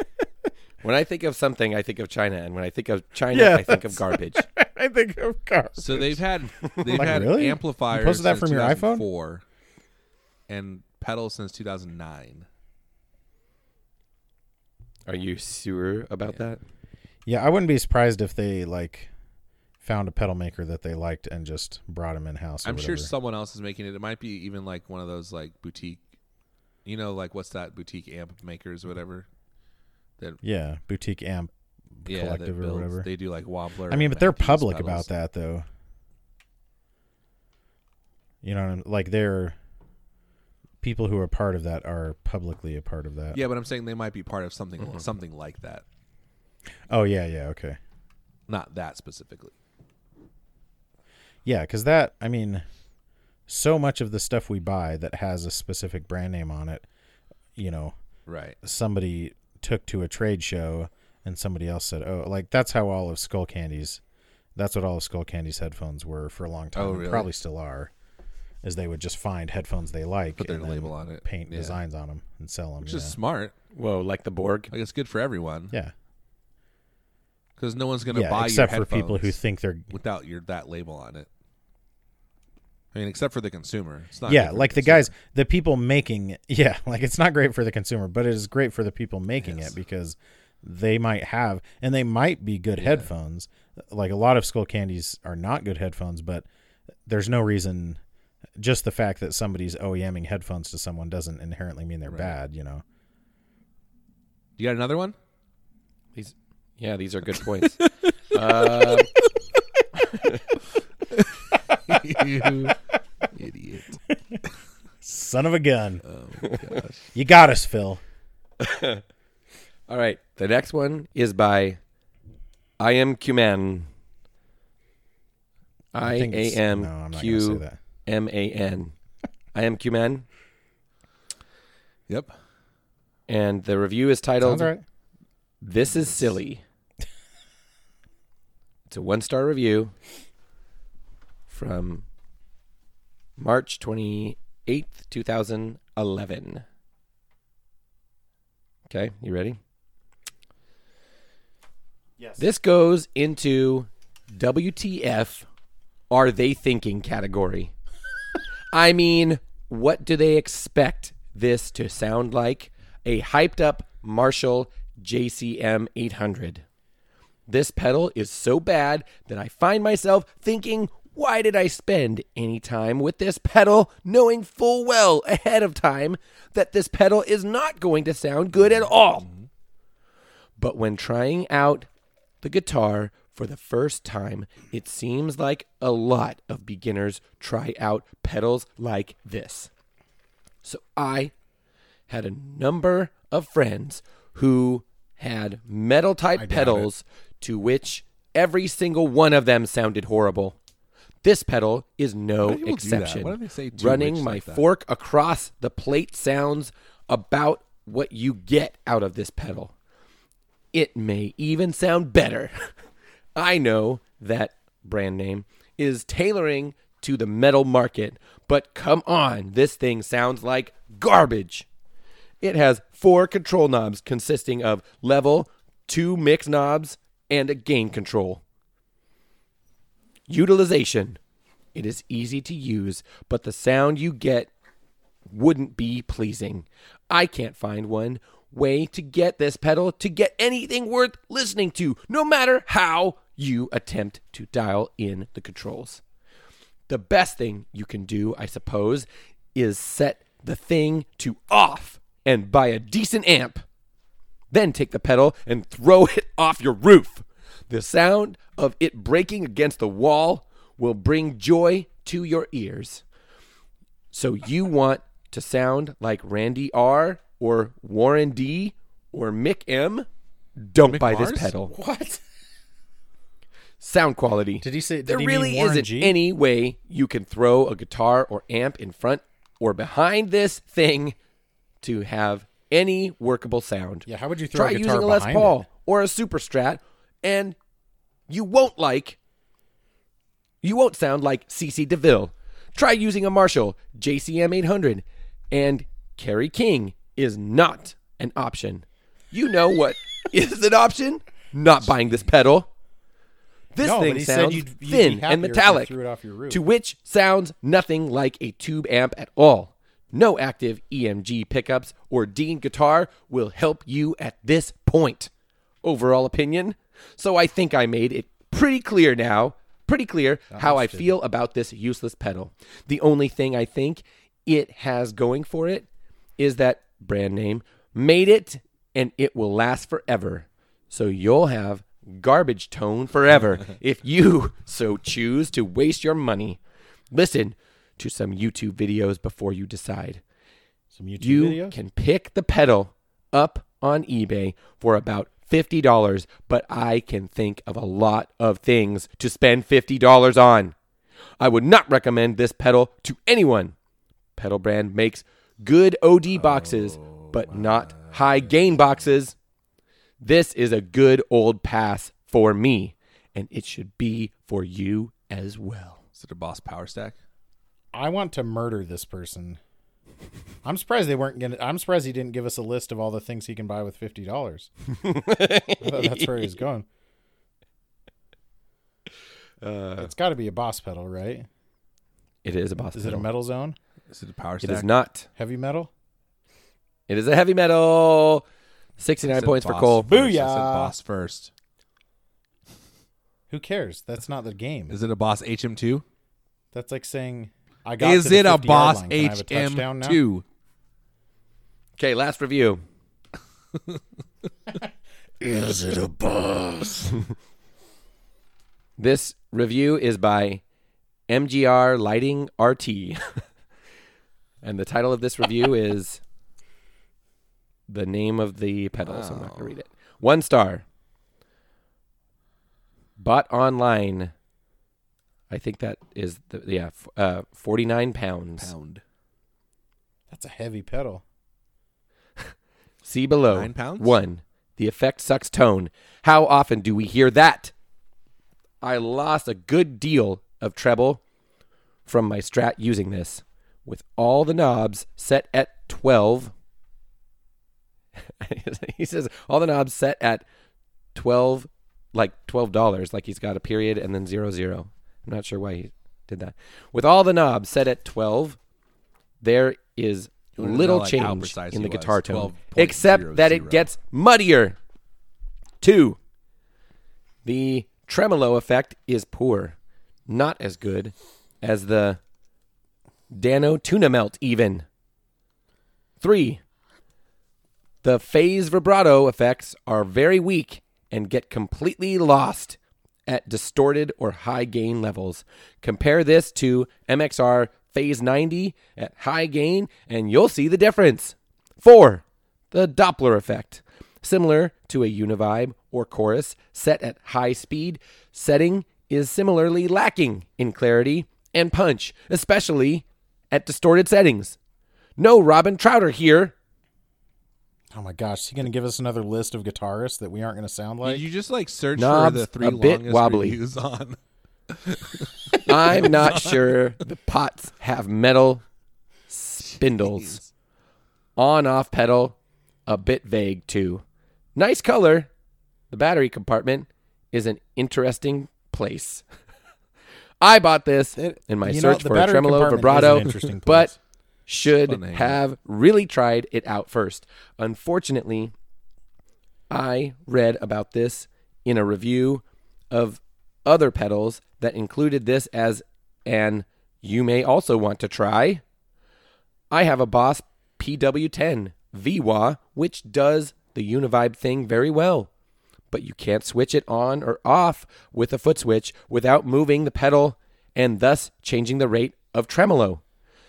Speaker 2: When I think of something, I think of China, and when I think of China,
Speaker 3: Yeah,
Speaker 2: I think of garbage.
Speaker 3: I think of car.
Speaker 1: So they've had they've
Speaker 3: Like,
Speaker 1: had
Speaker 3: really? You
Speaker 1: amplifiers
Speaker 3: posted that
Speaker 1: since
Speaker 3: from your iPhone?
Speaker 1: 2004 and pedals since 2009.
Speaker 2: Are you sure about that?
Speaker 3: Yeah, I wouldn't be surprised if they like found a pedal maker that they liked and just brought him in house.
Speaker 1: I'm sure someone else is making it. It might be even like one of those like boutique, you know, like what's that boutique amp makers, or whatever.
Speaker 3: yeah, boutique amp
Speaker 1: Yeah, that
Speaker 3: collective or
Speaker 1: builds-
Speaker 3: whatever.
Speaker 1: They do like wobbler.
Speaker 3: I mean,
Speaker 1: and
Speaker 3: but they're
Speaker 1: Matthews
Speaker 3: public
Speaker 1: pedals.
Speaker 3: about that though. You know, what I'm- like they're people who are part of that are publicly a part of that.
Speaker 1: Yeah, but I'm saying they might be part of something something like that,
Speaker 3: Oh yeah, yeah, okay.
Speaker 1: not that specifically.
Speaker 3: Yeah, because that, I mean, so much of the stuff we buy that has a specific brand name on it, you know,
Speaker 1: Right.
Speaker 3: somebody took to a trade show and somebody else said, "Oh, like that's how all of Skull Candy's, that's what all of Skull Candy's headphones were for a long time.
Speaker 1: Oh,
Speaker 3: and
Speaker 1: really?
Speaker 3: Probably still are." Is they would just find headphones they like,
Speaker 1: Put their
Speaker 3: and then
Speaker 1: label on it.
Speaker 3: paint
Speaker 1: Yeah.
Speaker 3: designs on them, and sell them.
Speaker 1: Which
Speaker 3: yeah.
Speaker 1: is smart.
Speaker 2: Whoa, like the Borg.
Speaker 1: Like it's good for everyone
Speaker 3: yeah,
Speaker 1: because no one's going to
Speaker 3: yeah.
Speaker 1: buy
Speaker 3: Except
Speaker 1: your
Speaker 3: for people who
Speaker 1: headphones
Speaker 3: think they're
Speaker 1: without your that label on it. I mean, except for the consumer. It's not
Speaker 3: yeah,
Speaker 1: good for
Speaker 3: like the
Speaker 1: consumer.
Speaker 3: guys, the people making yeah, like it's not great for the consumer, but it is great for the people making
Speaker 1: Yes.
Speaker 3: it because they might have and they might be good headphones. Like a lot of skull candies are not good headphones, but there's no reason. Just the fact that somebody's OEMing headphones to someone doesn't inherently mean they're bad, you know.
Speaker 1: You got another one?
Speaker 2: These, yeah, these are good points.
Speaker 1: you idiot.
Speaker 3: Son of a gun,
Speaker 1: Oh, gosh.
Speaker 3: you got us, Phil.
Speaker 2: All right, the next one is by I am Q Man. I
Speaker 3: think
Speaker 2: A
Speaker 3: it's- no,
Speaker 2: M
Speaker 3: I'm not gonna say
Speaker 2: Q
Speaker 3: that.
Speaker 2: M A N. I am Q Man,
Speaker 1: Yep.
Speaker 2: and the review is
Speaker 3: Sounds
Speaker 2: titled
Speaker 3: all right.
Speaker 2: This is silly. it's a one star review from March 28th, 2011. Okay, you ready?
Speaker 3: Yes.
Speaker 2: This goes into WTF are they thinking category. I mean, what do they expect this to sound like? A hyped up Marshall JCM 800. This pedal is so bad that I find myself thinking, why did I spend any time with this pedal, knowing full well ahead of time that this pedal is not going to sound good at all? But when trying out the guitar for the first time, it seems like a lot of beginners try out pedals like this. So I had a number of friends who had metal type pedals to which every single one of them sounded horrible. This pedal is no
Speaker 1: do people do that?
Speaker 2: exception.
Speaker 1: Why do they say to
Speaker 2: Running
Speaker 1: which
Speaker 2: my
Speaker 1: like that?
Speaker 2: fork across the plate sounds about what you get out of this pedal. It may even sound better. I know that brand name is tailoring to the metal market, but come on, this thing sounds like garbage. It has four control knobs consisting of level, two mix knobs, and a gain control. Utilization. It is easy to use, but the sound you get wouldn't be pleasing. I can't find one way to get this pedal to get anything worth listening to, no matter how you attempt to dial in the controls. The best thing you can do, I suppose, is set the thing to off and buy a decent amp. Then take the pedal and throw it off your roof. The sound of it breaking against the wall will bring joy to your ears. So you want to sound like Randy R or Warren D or Mick M? don't buy
Speaker 1: McMars?
Speaker 2: this pedal.
Speaker 3: What?
Speaker 2: Sound quality.
Speaker 3: Did he say? Did
Speaker 2: there
Speaker 3: he
Speaker 2: really
Speaker 3: mean Warren
Speaker 2: isn't
Speaker 3: G?
Speaker 2: any way you can throw a guitar or amp in front or behind this thing to have any workable sound.
Speaker 3: Yeah, how would you throw
Speaker 2: Try
Speaker 3: a guitar
Speaker 2: using a Les
Speaker 3: behind
Speaker 2: Paul
Speaker 3: it?
Speaker 2: or a Super Strat, and you won't like. You won't sound like CC DeVille. Try using a Marshall JCM 800, and Kerry King is not an option. You know what is an option? Not buying this pedal. This
Speaker 3: No, but
Speaker 2: thing
Speaker 3: he said
Speaker 2: sounds
Speaker 3: you'd- you'd be
Speaker 2: thin and
Speaker 3: happier if you
Speaker 2: metallic,
Speaker 3: threw it off your roof.
Speaker 2: to which sounds nothing like a tube amp at all. No active EMG pickups or Dean guitar will help you at this point. Overall opinion? So I think I made it pretty clear now, pretty clear how I feel about this useless pedal. The only thing I think it has going for it is that brand name made it and it will last forever. So you'll have garbage tone forever if you so choose to waste your money. Listen to some YouTube videos before you decide.
Speaker 3: Some YouTube
Speaker 2: you
Speaker 3: videos?
Speaker 2: can pick the pedal up on eBay for about $50, but I can think of a lot of things to spend $50 on. I would not recommend this pedal to anyone. Pedal Brand makes good OD boxes,
Speaker 3: Oh,
Speaker 2: but not high gain boxes. This is a good old pass for me, and it should be for you as well.
Speaker 1: Is it a Boss Power Stack?
Speaker 3: I want to murder this person. I'm surprised they weren't gonna. I'm surprised he didn't give us a list of all the things he can buy with fifty dollars. That's where he's going.
Speaker 1: Uh,
Speaker 3: it's got to be a Boss pedal, right?
Speaker 2: It is a boss.
Speaker 3: Is it
Speaker 2: pedal.
Speaker 3: a metal zone?
Speaker 1: Is it a Power
Speaker 2: It
Speaker 1: Stack?
Speaker 2: is not.
Speaker 3: Heavy metal?
Speaker 2: It is a heavy metal.
Speaker 1: I
Speaker 2: 69
Speaker 1: said
Speaker 2: points for
Speaker 1: Boss
Speaker 2: Cole.
Speaker 1: first. I said
Speaker 3: Booyah.
Speaker 1: Boss first.
Speaker 3: Who cares? That's not the game.
Speaker 1: Is it a Boss HM2?
Speaker 3: That's like saying I got. to
Speaker 1: Is
Speaker 3: the
Speaker 1: it a
Speaker 3: 50-yard
Speaker 1: Boss
Speaker 3: line. Can I have a touchdown now?
Speaker 1: HM2?
Speaker 2: Okay, last review.
Speaker 3: Is it a boss?
Speaker 2: This review is by MGR Lighting RT. and the title of this review is the name of the pedal, so I'm not going to read it. One star. Bought online. I think that is the yeah, f- uh 49 pounds.
Speaker 1: Pound.
Speaker 3: That's a heavy pedal.
Speaker 2: See below.
Speaker 1: Nine pounds?
Speaker 2: One. The effect sucks tone. How often do we hear that? I lost a good deal of treble from my strat using this. With all the knobs set at 12. he says all the knobs set at 12, like $12, like he's got a period and then zero zero. I'm not sure why he did that. With all the knobs set at 12, there is
Speaker 1: You wanna know,
Speaker 2: little
Speaker 1: like, how
Speaker 2: change
Speaker 1: precise
Speaker 2: in the
Speaker 1: he was,
Speaker 2: guitar tone,
Speaker 1: 12.00.
Speaker 2: except that it gets muddier. Two, the tremolo effect is poor, not as good as the Dano Tuna Melt, even. Three, the phase vibrato effects are very weak and get completely lost at distorted or high gain levels. Compare this to MXR Phase 90 at high gain, and you'll see the difference. Four, the Doppler effect. Similar to a univibe or chorus set at high speed, setting is similarly lacking in clarity and punch, especially at distorted settings. No Robin Trouter here.
Speaker 3: Oh my gosh! Is he gonna give us another list of guitarists that we aren't gonna sound like?
Speaker 1: Did you just like search
Speaker 2: Knobs,
Speaker 1: for the three
Speaker 2: a bit
Speaker 1: longest
Speaker 2: wobbly.
Speaker 1: reviews on?
Speaker 2: I'm not sure the pots have metal spindles. On off pedal, a bit vague too. Nice color. The battery compartment is an interesting place. I bought this in my
Speaker 3: you know,
Speaker 2: search
Speaker 3: the
Speaker 2: for a
Speaker 3: battery
Speaker 2: tremolo
Speaker 3: compartment is
Speaker 2: vibrato,
Speaker 3: an interesting
Speaker 2: but
Speaker 3: place.
Speaker 2: should
Speaker 1: Fun to hang out.
Speaker 2: have really tried it out first. Unfortunately, I read about this in a review of other pedals that included this as an you may also want to try. I have a Boss PW10 VWA, which does the Univibe thing very well, but you can't switch it on or off with a foot switch without moving the pedal and thus changing the rate of tremolo.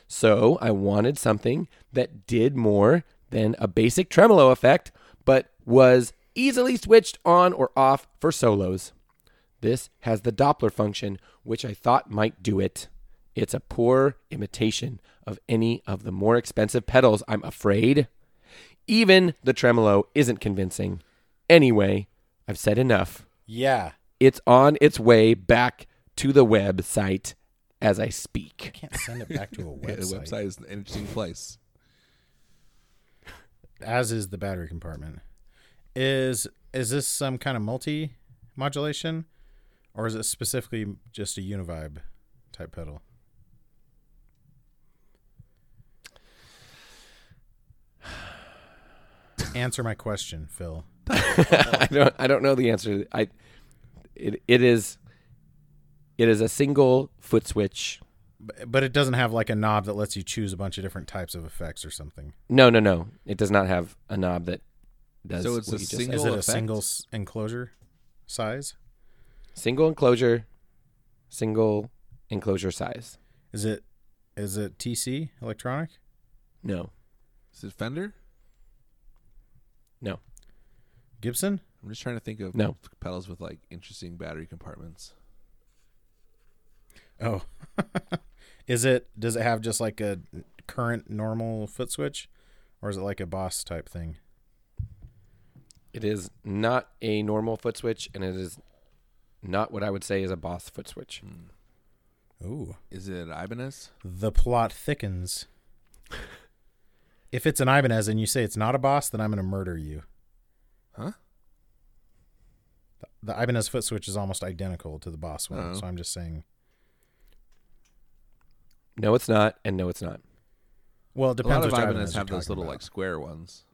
Speaker 2: So I wanted something that did more than a basic tremolo effect, but was easily switched on or off for solos. This has the Doppler function, which I thought might do it. It's a poor imitation of any of the more expensive pedals, I'm afraid. Even the tremolo isn't convincing. Anyway, I've said enough.
Speaker 3: Yeah.
Speaker 2: It's on its way back to the website as I speak.
Speaker 3: Can't send it back to a
Speaker 1: Yeah, the
Speaker 3: website.
Speaker 1: website is an interesting place.
Speaker 3: As is the battery compartment. Is is this some kind of multi modulation? Or is it specifically just a univibe type pedal? Answer my question, Phil.
Speaker 2: I don't I don't know the answer. I it, it is it is a single foot switch.
Speaker 3: B- But it doesn't have like a knob that lets you choose a bunch of different types of effects or something.
Speaker 2: No, no, no. It does not have a knob that does
Speaker 1: So it's
Speaker 2: what
Speaker 1: a
Speaker 2: you just
Speaker 1: single-
Speaker 3: Is it a
Speaker 1: effect?
Speaker 3: single s- enclosure size?
Speaker 2: said. single enclosure, single enclosure size.
Speaker 3: Is it is it TC electronic?
Speaker 2: No.
Speaker 1: Is it Fender?
Speaker 2: No.
Speaker 3: Gibson?
Speaker 1: I'm just trying to think of
Speaker 2: No.
Speaker 1: pedals with like interesting battery compartments.
Speaker 3: Oh. is it does it have just like a current normal foot switch or is it like a boss type thing?
Speaker 2: It is not a normal foot switch and it is not what I would say is a boss foot switch.
Speaker 3: Ooh.
Speaker 1: Is it an Ibanez?
Speaker 3: The plot thickens. if it's an Ibanez and you say it's not a boss, then I'm going to murder you.
Speaker 1: Huh?
Speaker 3: The Ibanez foot switch is almost identical to the boss one,
Speaker 1: Oh.
Speaker 3: so I'm just saying.
Speaker 2: No, it's not and no it's not.
Speaker 3: Well, it
Speaker 1: A lot
Speaker 3: depends.
Speaker 1: of
Speaker 3: which
Speaker 1: Ibanez
Speaker 3: you're
Speaker 1: have those
Speaker 3: talking
Speaker 1: little
Speaker 3: about.
Speaker 1: like square ones.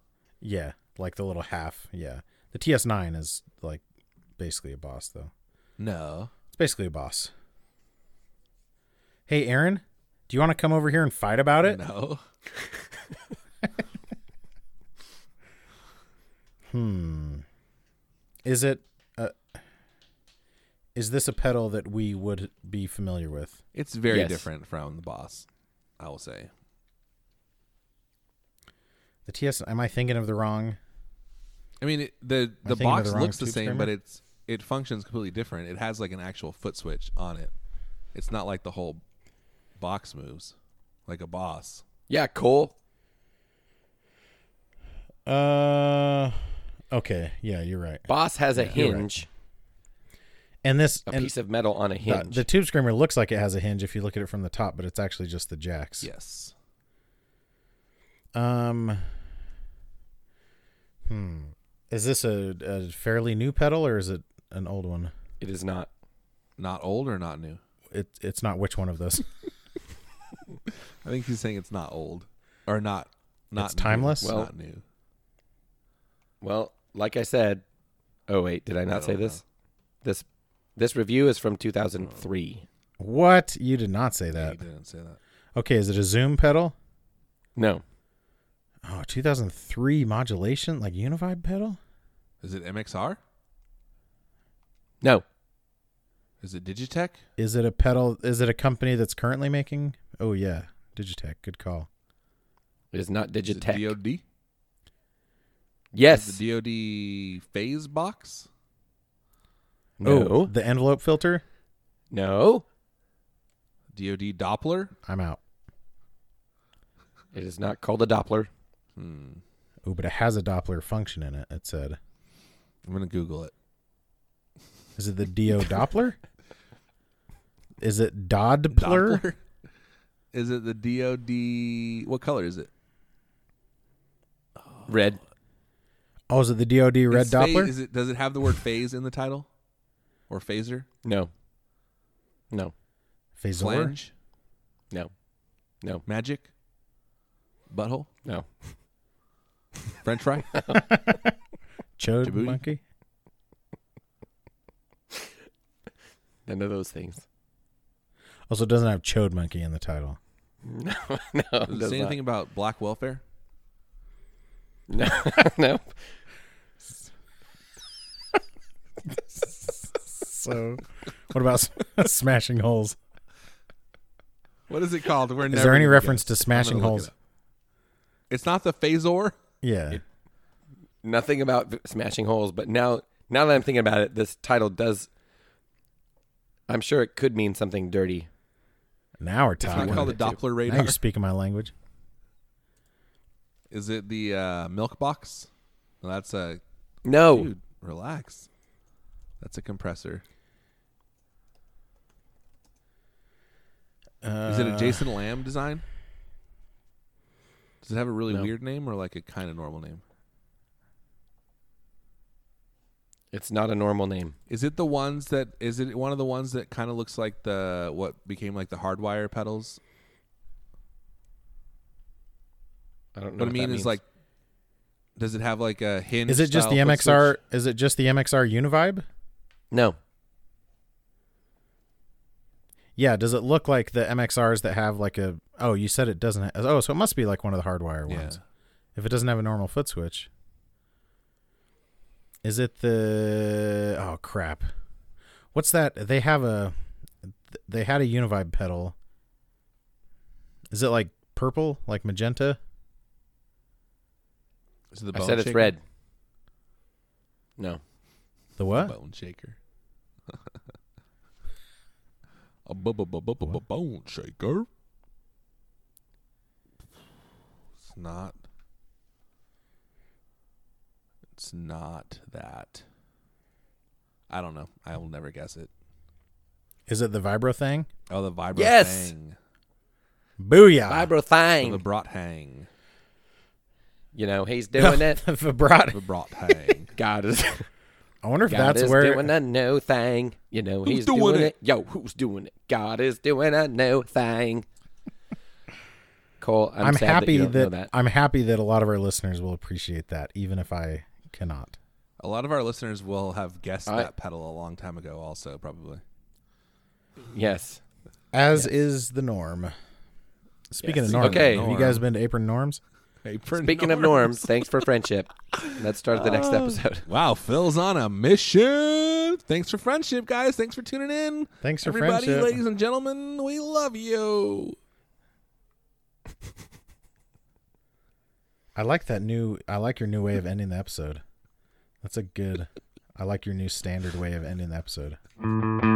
Speaker 3: Yeah, like the little half. Yeah, the TS9 is like basically a boss though.
Speaker 1: No.
Speaker 3: It's basically a boss. Hey, Aaron, do you want to come over here and fight about it?
Speaker 1: No.
Speaker 3: Hmm. Is it? Uh, is this a pedal that we would be familiar with?
Speaker 1: It's very
Speaker 2: Yes.
Speaker 1: different from the Boss, I will say.
Speaker 3: The TS? Am I thinking of the wrong?
Speaker 1: I mean, it, the
Speaker 3: I
Speaker 1: the
Speaker 3: thinking of
Speaker 1: box
Speaker 3: the wrong
Speaker 1: looks the
Speaker 3: tube
Speaker 1: same,
Speaker 3: screamer?
Speaker 1: but it's it functions completely different. It has like an actual foot switch on it. It's not like the whole box moves like a Boss.
Speaker 2: Yeah, Cole.
Speaker 3: Uh. Okay. Yeah, you're right.
Speaker 2: Boss has a
Speaker 3: you're right.
Speaker 2: hinge,
Speaker 3: And this
Speaker 2: a
Speaker 3: and
Speaker 2: piece of metal on a
Speaker 3: the,
Speaker 2: hinge.
Speaker 3: the tube screamer looks like it has a hinge if you look at it from the top, but it's actually just the jacks.
Speaker 1: Yes.
Speaker 3: Um. Hmm. Is this a, a fairly new pedal or is it an old one?
Speaker 2: it is not.
Speaker 1: Not old or not new?
Speaker 3: It it's not which one of those.
Speaker 1: I think he's saying it's not old or not not
Speaker 3: It's
Speaker 1: new.
Speaker 3: timeless?
Speaker 1: It's
Speaker 2: Well,
Speaker 1: not new.
Speaker 2: Well, like I said, oh wait, did I
Speaker 1: I
Speaker 2: not say
Speaker 1: don't
Speaker 2: this? This this review is from 2003.
Speaker 3: what? You did not say
Speaker 1: Yeah,
Speaker 3: that.
Speaker 1: he didn't say that.
Speaker 3: Okay, is it a zoom pedal?
Speaker 2: No,
Speaker 3: Oh, 2003 modulation like univibe pedal?
Speaker 1: Is it MXR?
Speaker 2: no,
Speaker 1: Is it Digitech?
Speaker 3: Is it a pedal is it a company that's currently making? Oh yeah, Digitech, good call.
Speaker 2: it is not
Speaker 1: Is it
Speaker 2: Digitech.
Speaker 1: DoD?
Speaker 2: yes,
Speaker 1: Is the DoD phase box?
Speaker 2: no,
Speaker 3: Oh, the envelope filter?
Speaker 2: no,
Speaker 1: DoD Doppler?
Speaker 3: I'm out.
Speaker 2: it is not called a Doppler.
Speaker 1: Hmm.
Speaker 3: Oh, but it has a Doppler function in it. It said,
Speaker 1: I'm gonna Google it.
Speaker 3: "Is it the Do Doppler? Is it Doppler?
Speaker 1: Doppler? Is it the DoD? What color is it?
Speaker 2: Red.
Speaker 3: Oh, is it the DOD red
Speaker 1: Is phase-
Speaker 3: Doppler?
Speaker 1: is it? Does it have the word phase in the title, or phaser?
Speaker 2: No, no,
Speaker 3: Phasor?
Speaker 1: Flange?
Speaker 2: no, no,
Speaker 1: Magic? Butthole?
Speaker 2: no.
Speaker 1: French fry?
Speaker 3: Chode
Speaker 1: Djibouti?
Speaker 3: monkey?
Speaker 2: None of those things.
Speaker 3: Also, it doesn't have Chode monkey in the title.
Speaker 2: No, no, it
Speaker 1: Does it
Speaker 2: does
Speaker 1: say
Speaker 2: not.
Speaker 1: anything about black welfare?
Speaker 2: No, no.
Speaker 3: So, what about s- smashing holes?
Speaker 1: What is it called? We're
Speaker 3: Is
Speaker 1: never
Speaker 3: there any
Speaker 1: gonna
Speaker 3: reference
Speaker 1: guess.
Speaker 3: to
Speaker 1: I'm gonna
Speaker 3: smashing
Speaker 1: look it
Speaker 3: holes?
Speaker 1: up. It's not the phasor.
Speaker 3: Yeah,
Speaker 2: nothing about v- smashing holes, but now now that I'm thinking about it, this title does. I'm sure it could mean something dirty.
Speaker 3: Now we're
Speaker 1: It's not
Speaker 3: talking.
Speaker 1: called the Doppler
Speaker 3: now
Speaker 1: radar.
Speaker 3: you're speaking my language.
Speaker 1: Is it the uh, milk box? Well, that's a
Speaker 2: No,
Speaker 1: dude. Relax. That's a compressor.
Speaker 3: Uh,
Speaker 1: Is it a Jason Lamb design? Does it have a really
Speaker 2: No.
Speaker 1: weird name or like a kind of normal name?
Speaker 2: it's not a normal name.
Speaker 1: Is it the ones that is it one of the ones that kind of looks like the what became like the hardwire pedals?
Speaker 2: I don't know.
Speaker 1: What I
Speaker 2: that
Speaker 1: mean is
Speaker 2: means.
Speaker 1: like, does it have like a hinge?
Speaker 3: Uh, Is it just the
Speaker 1: style foot
Speaker 3: MXR?
Speaker 1: switch?
Speaker 3: Is it just the MXR Univibe?
Speaker 2: no.
Speaker 3: Yeah. Does it look like the MXRs that have like a? Oh, you said it doesn't. Ha- oh, so it must be like one of the hardwire
Speaker 1: Yeah.
Speaker 3: ones. If it doesn't have a normal foot switch, is it the? Oh crap! What's that? They have a. They had a Univibe pedal. Is it like purple, like magenta?
Speaker 1: Is it the
Speaker 2: I
Speaker 1: bone
Speaker 2: said it's
Speaker 1: shaker?
Speaker 2: red. No.
Speaker 3: The what?
Speaker 1: Bone shaker. a bu- bu- bu- bu- bu- bu- bone shaker. It's not. It's not that. I don't know. I will never guess it.
Speaker 3: Is it the vibro thing?
Speaker 1: Oh, the vibro
Speaker 2: Yes!
Speaker 1: thing.
Speaker 3: Booyah!
Speaker 2: Vibro
Speaker 1: Oh,
Speaker 2: thang.
Speaker 1: the brought hang.
Speaker 2: you know, he's doing it.
Speaker 3: the vibrato.
Speaker 1: The brought hang.
Speaker 2: God is,
Speaker 3: I wonder if
Speaker 2: God
Speaker 3: that's
Speaker 2: is
Speaker 3: where
Speaker 2: doing a no thing. You know,
Speaker 1: Who's
Speaker 2: he's
Speaker 1: doing
Speaker 2: doing,
Speaker 1: it?
Speaker 2: it? Yo, who's doing it? God is doing a no thing. Cole, I'm,
Speaker 3: I'm,
Speaker 2: sad
Speaker 3: happy
Speaker 2: that,
Speaker 3: that,
Speaker 2: you don't know that.
Speaker 3: I'm happy that a lot of our listeners will appreciate that, even if I cannot.
Speaker 1: a lot of our listeners will have guessed
Speaker 2: I-
Speaker 1: that pedal a long time ago, also, probably.
Speaker 2: Yes.
Speaker 3: As is the norm. Speaking
Speaker 2: Yes.
Speaker 3: of norms,
Speaker 2: Okay.
Speaker 3: have you guys been to Apron Norms?
Speaker 2: Speaking of norms, thanks for friendship. Let's start the next
Speaker 3: Um,
Speaker 2: episode.
Speaker 1: Wow, Phil's on a mission. Thanks for friendship, guys. Thanks for tuning in.
Speaker 3: Thanks for
Speaker 1: Everybody,
Speaker 3: friendship.
Speaker 1: ladies and gentlemen, we love you.
Speaker 3: I like that new. I like your new way of ending the episode. That's a good. I like your new standard way of ending the episode.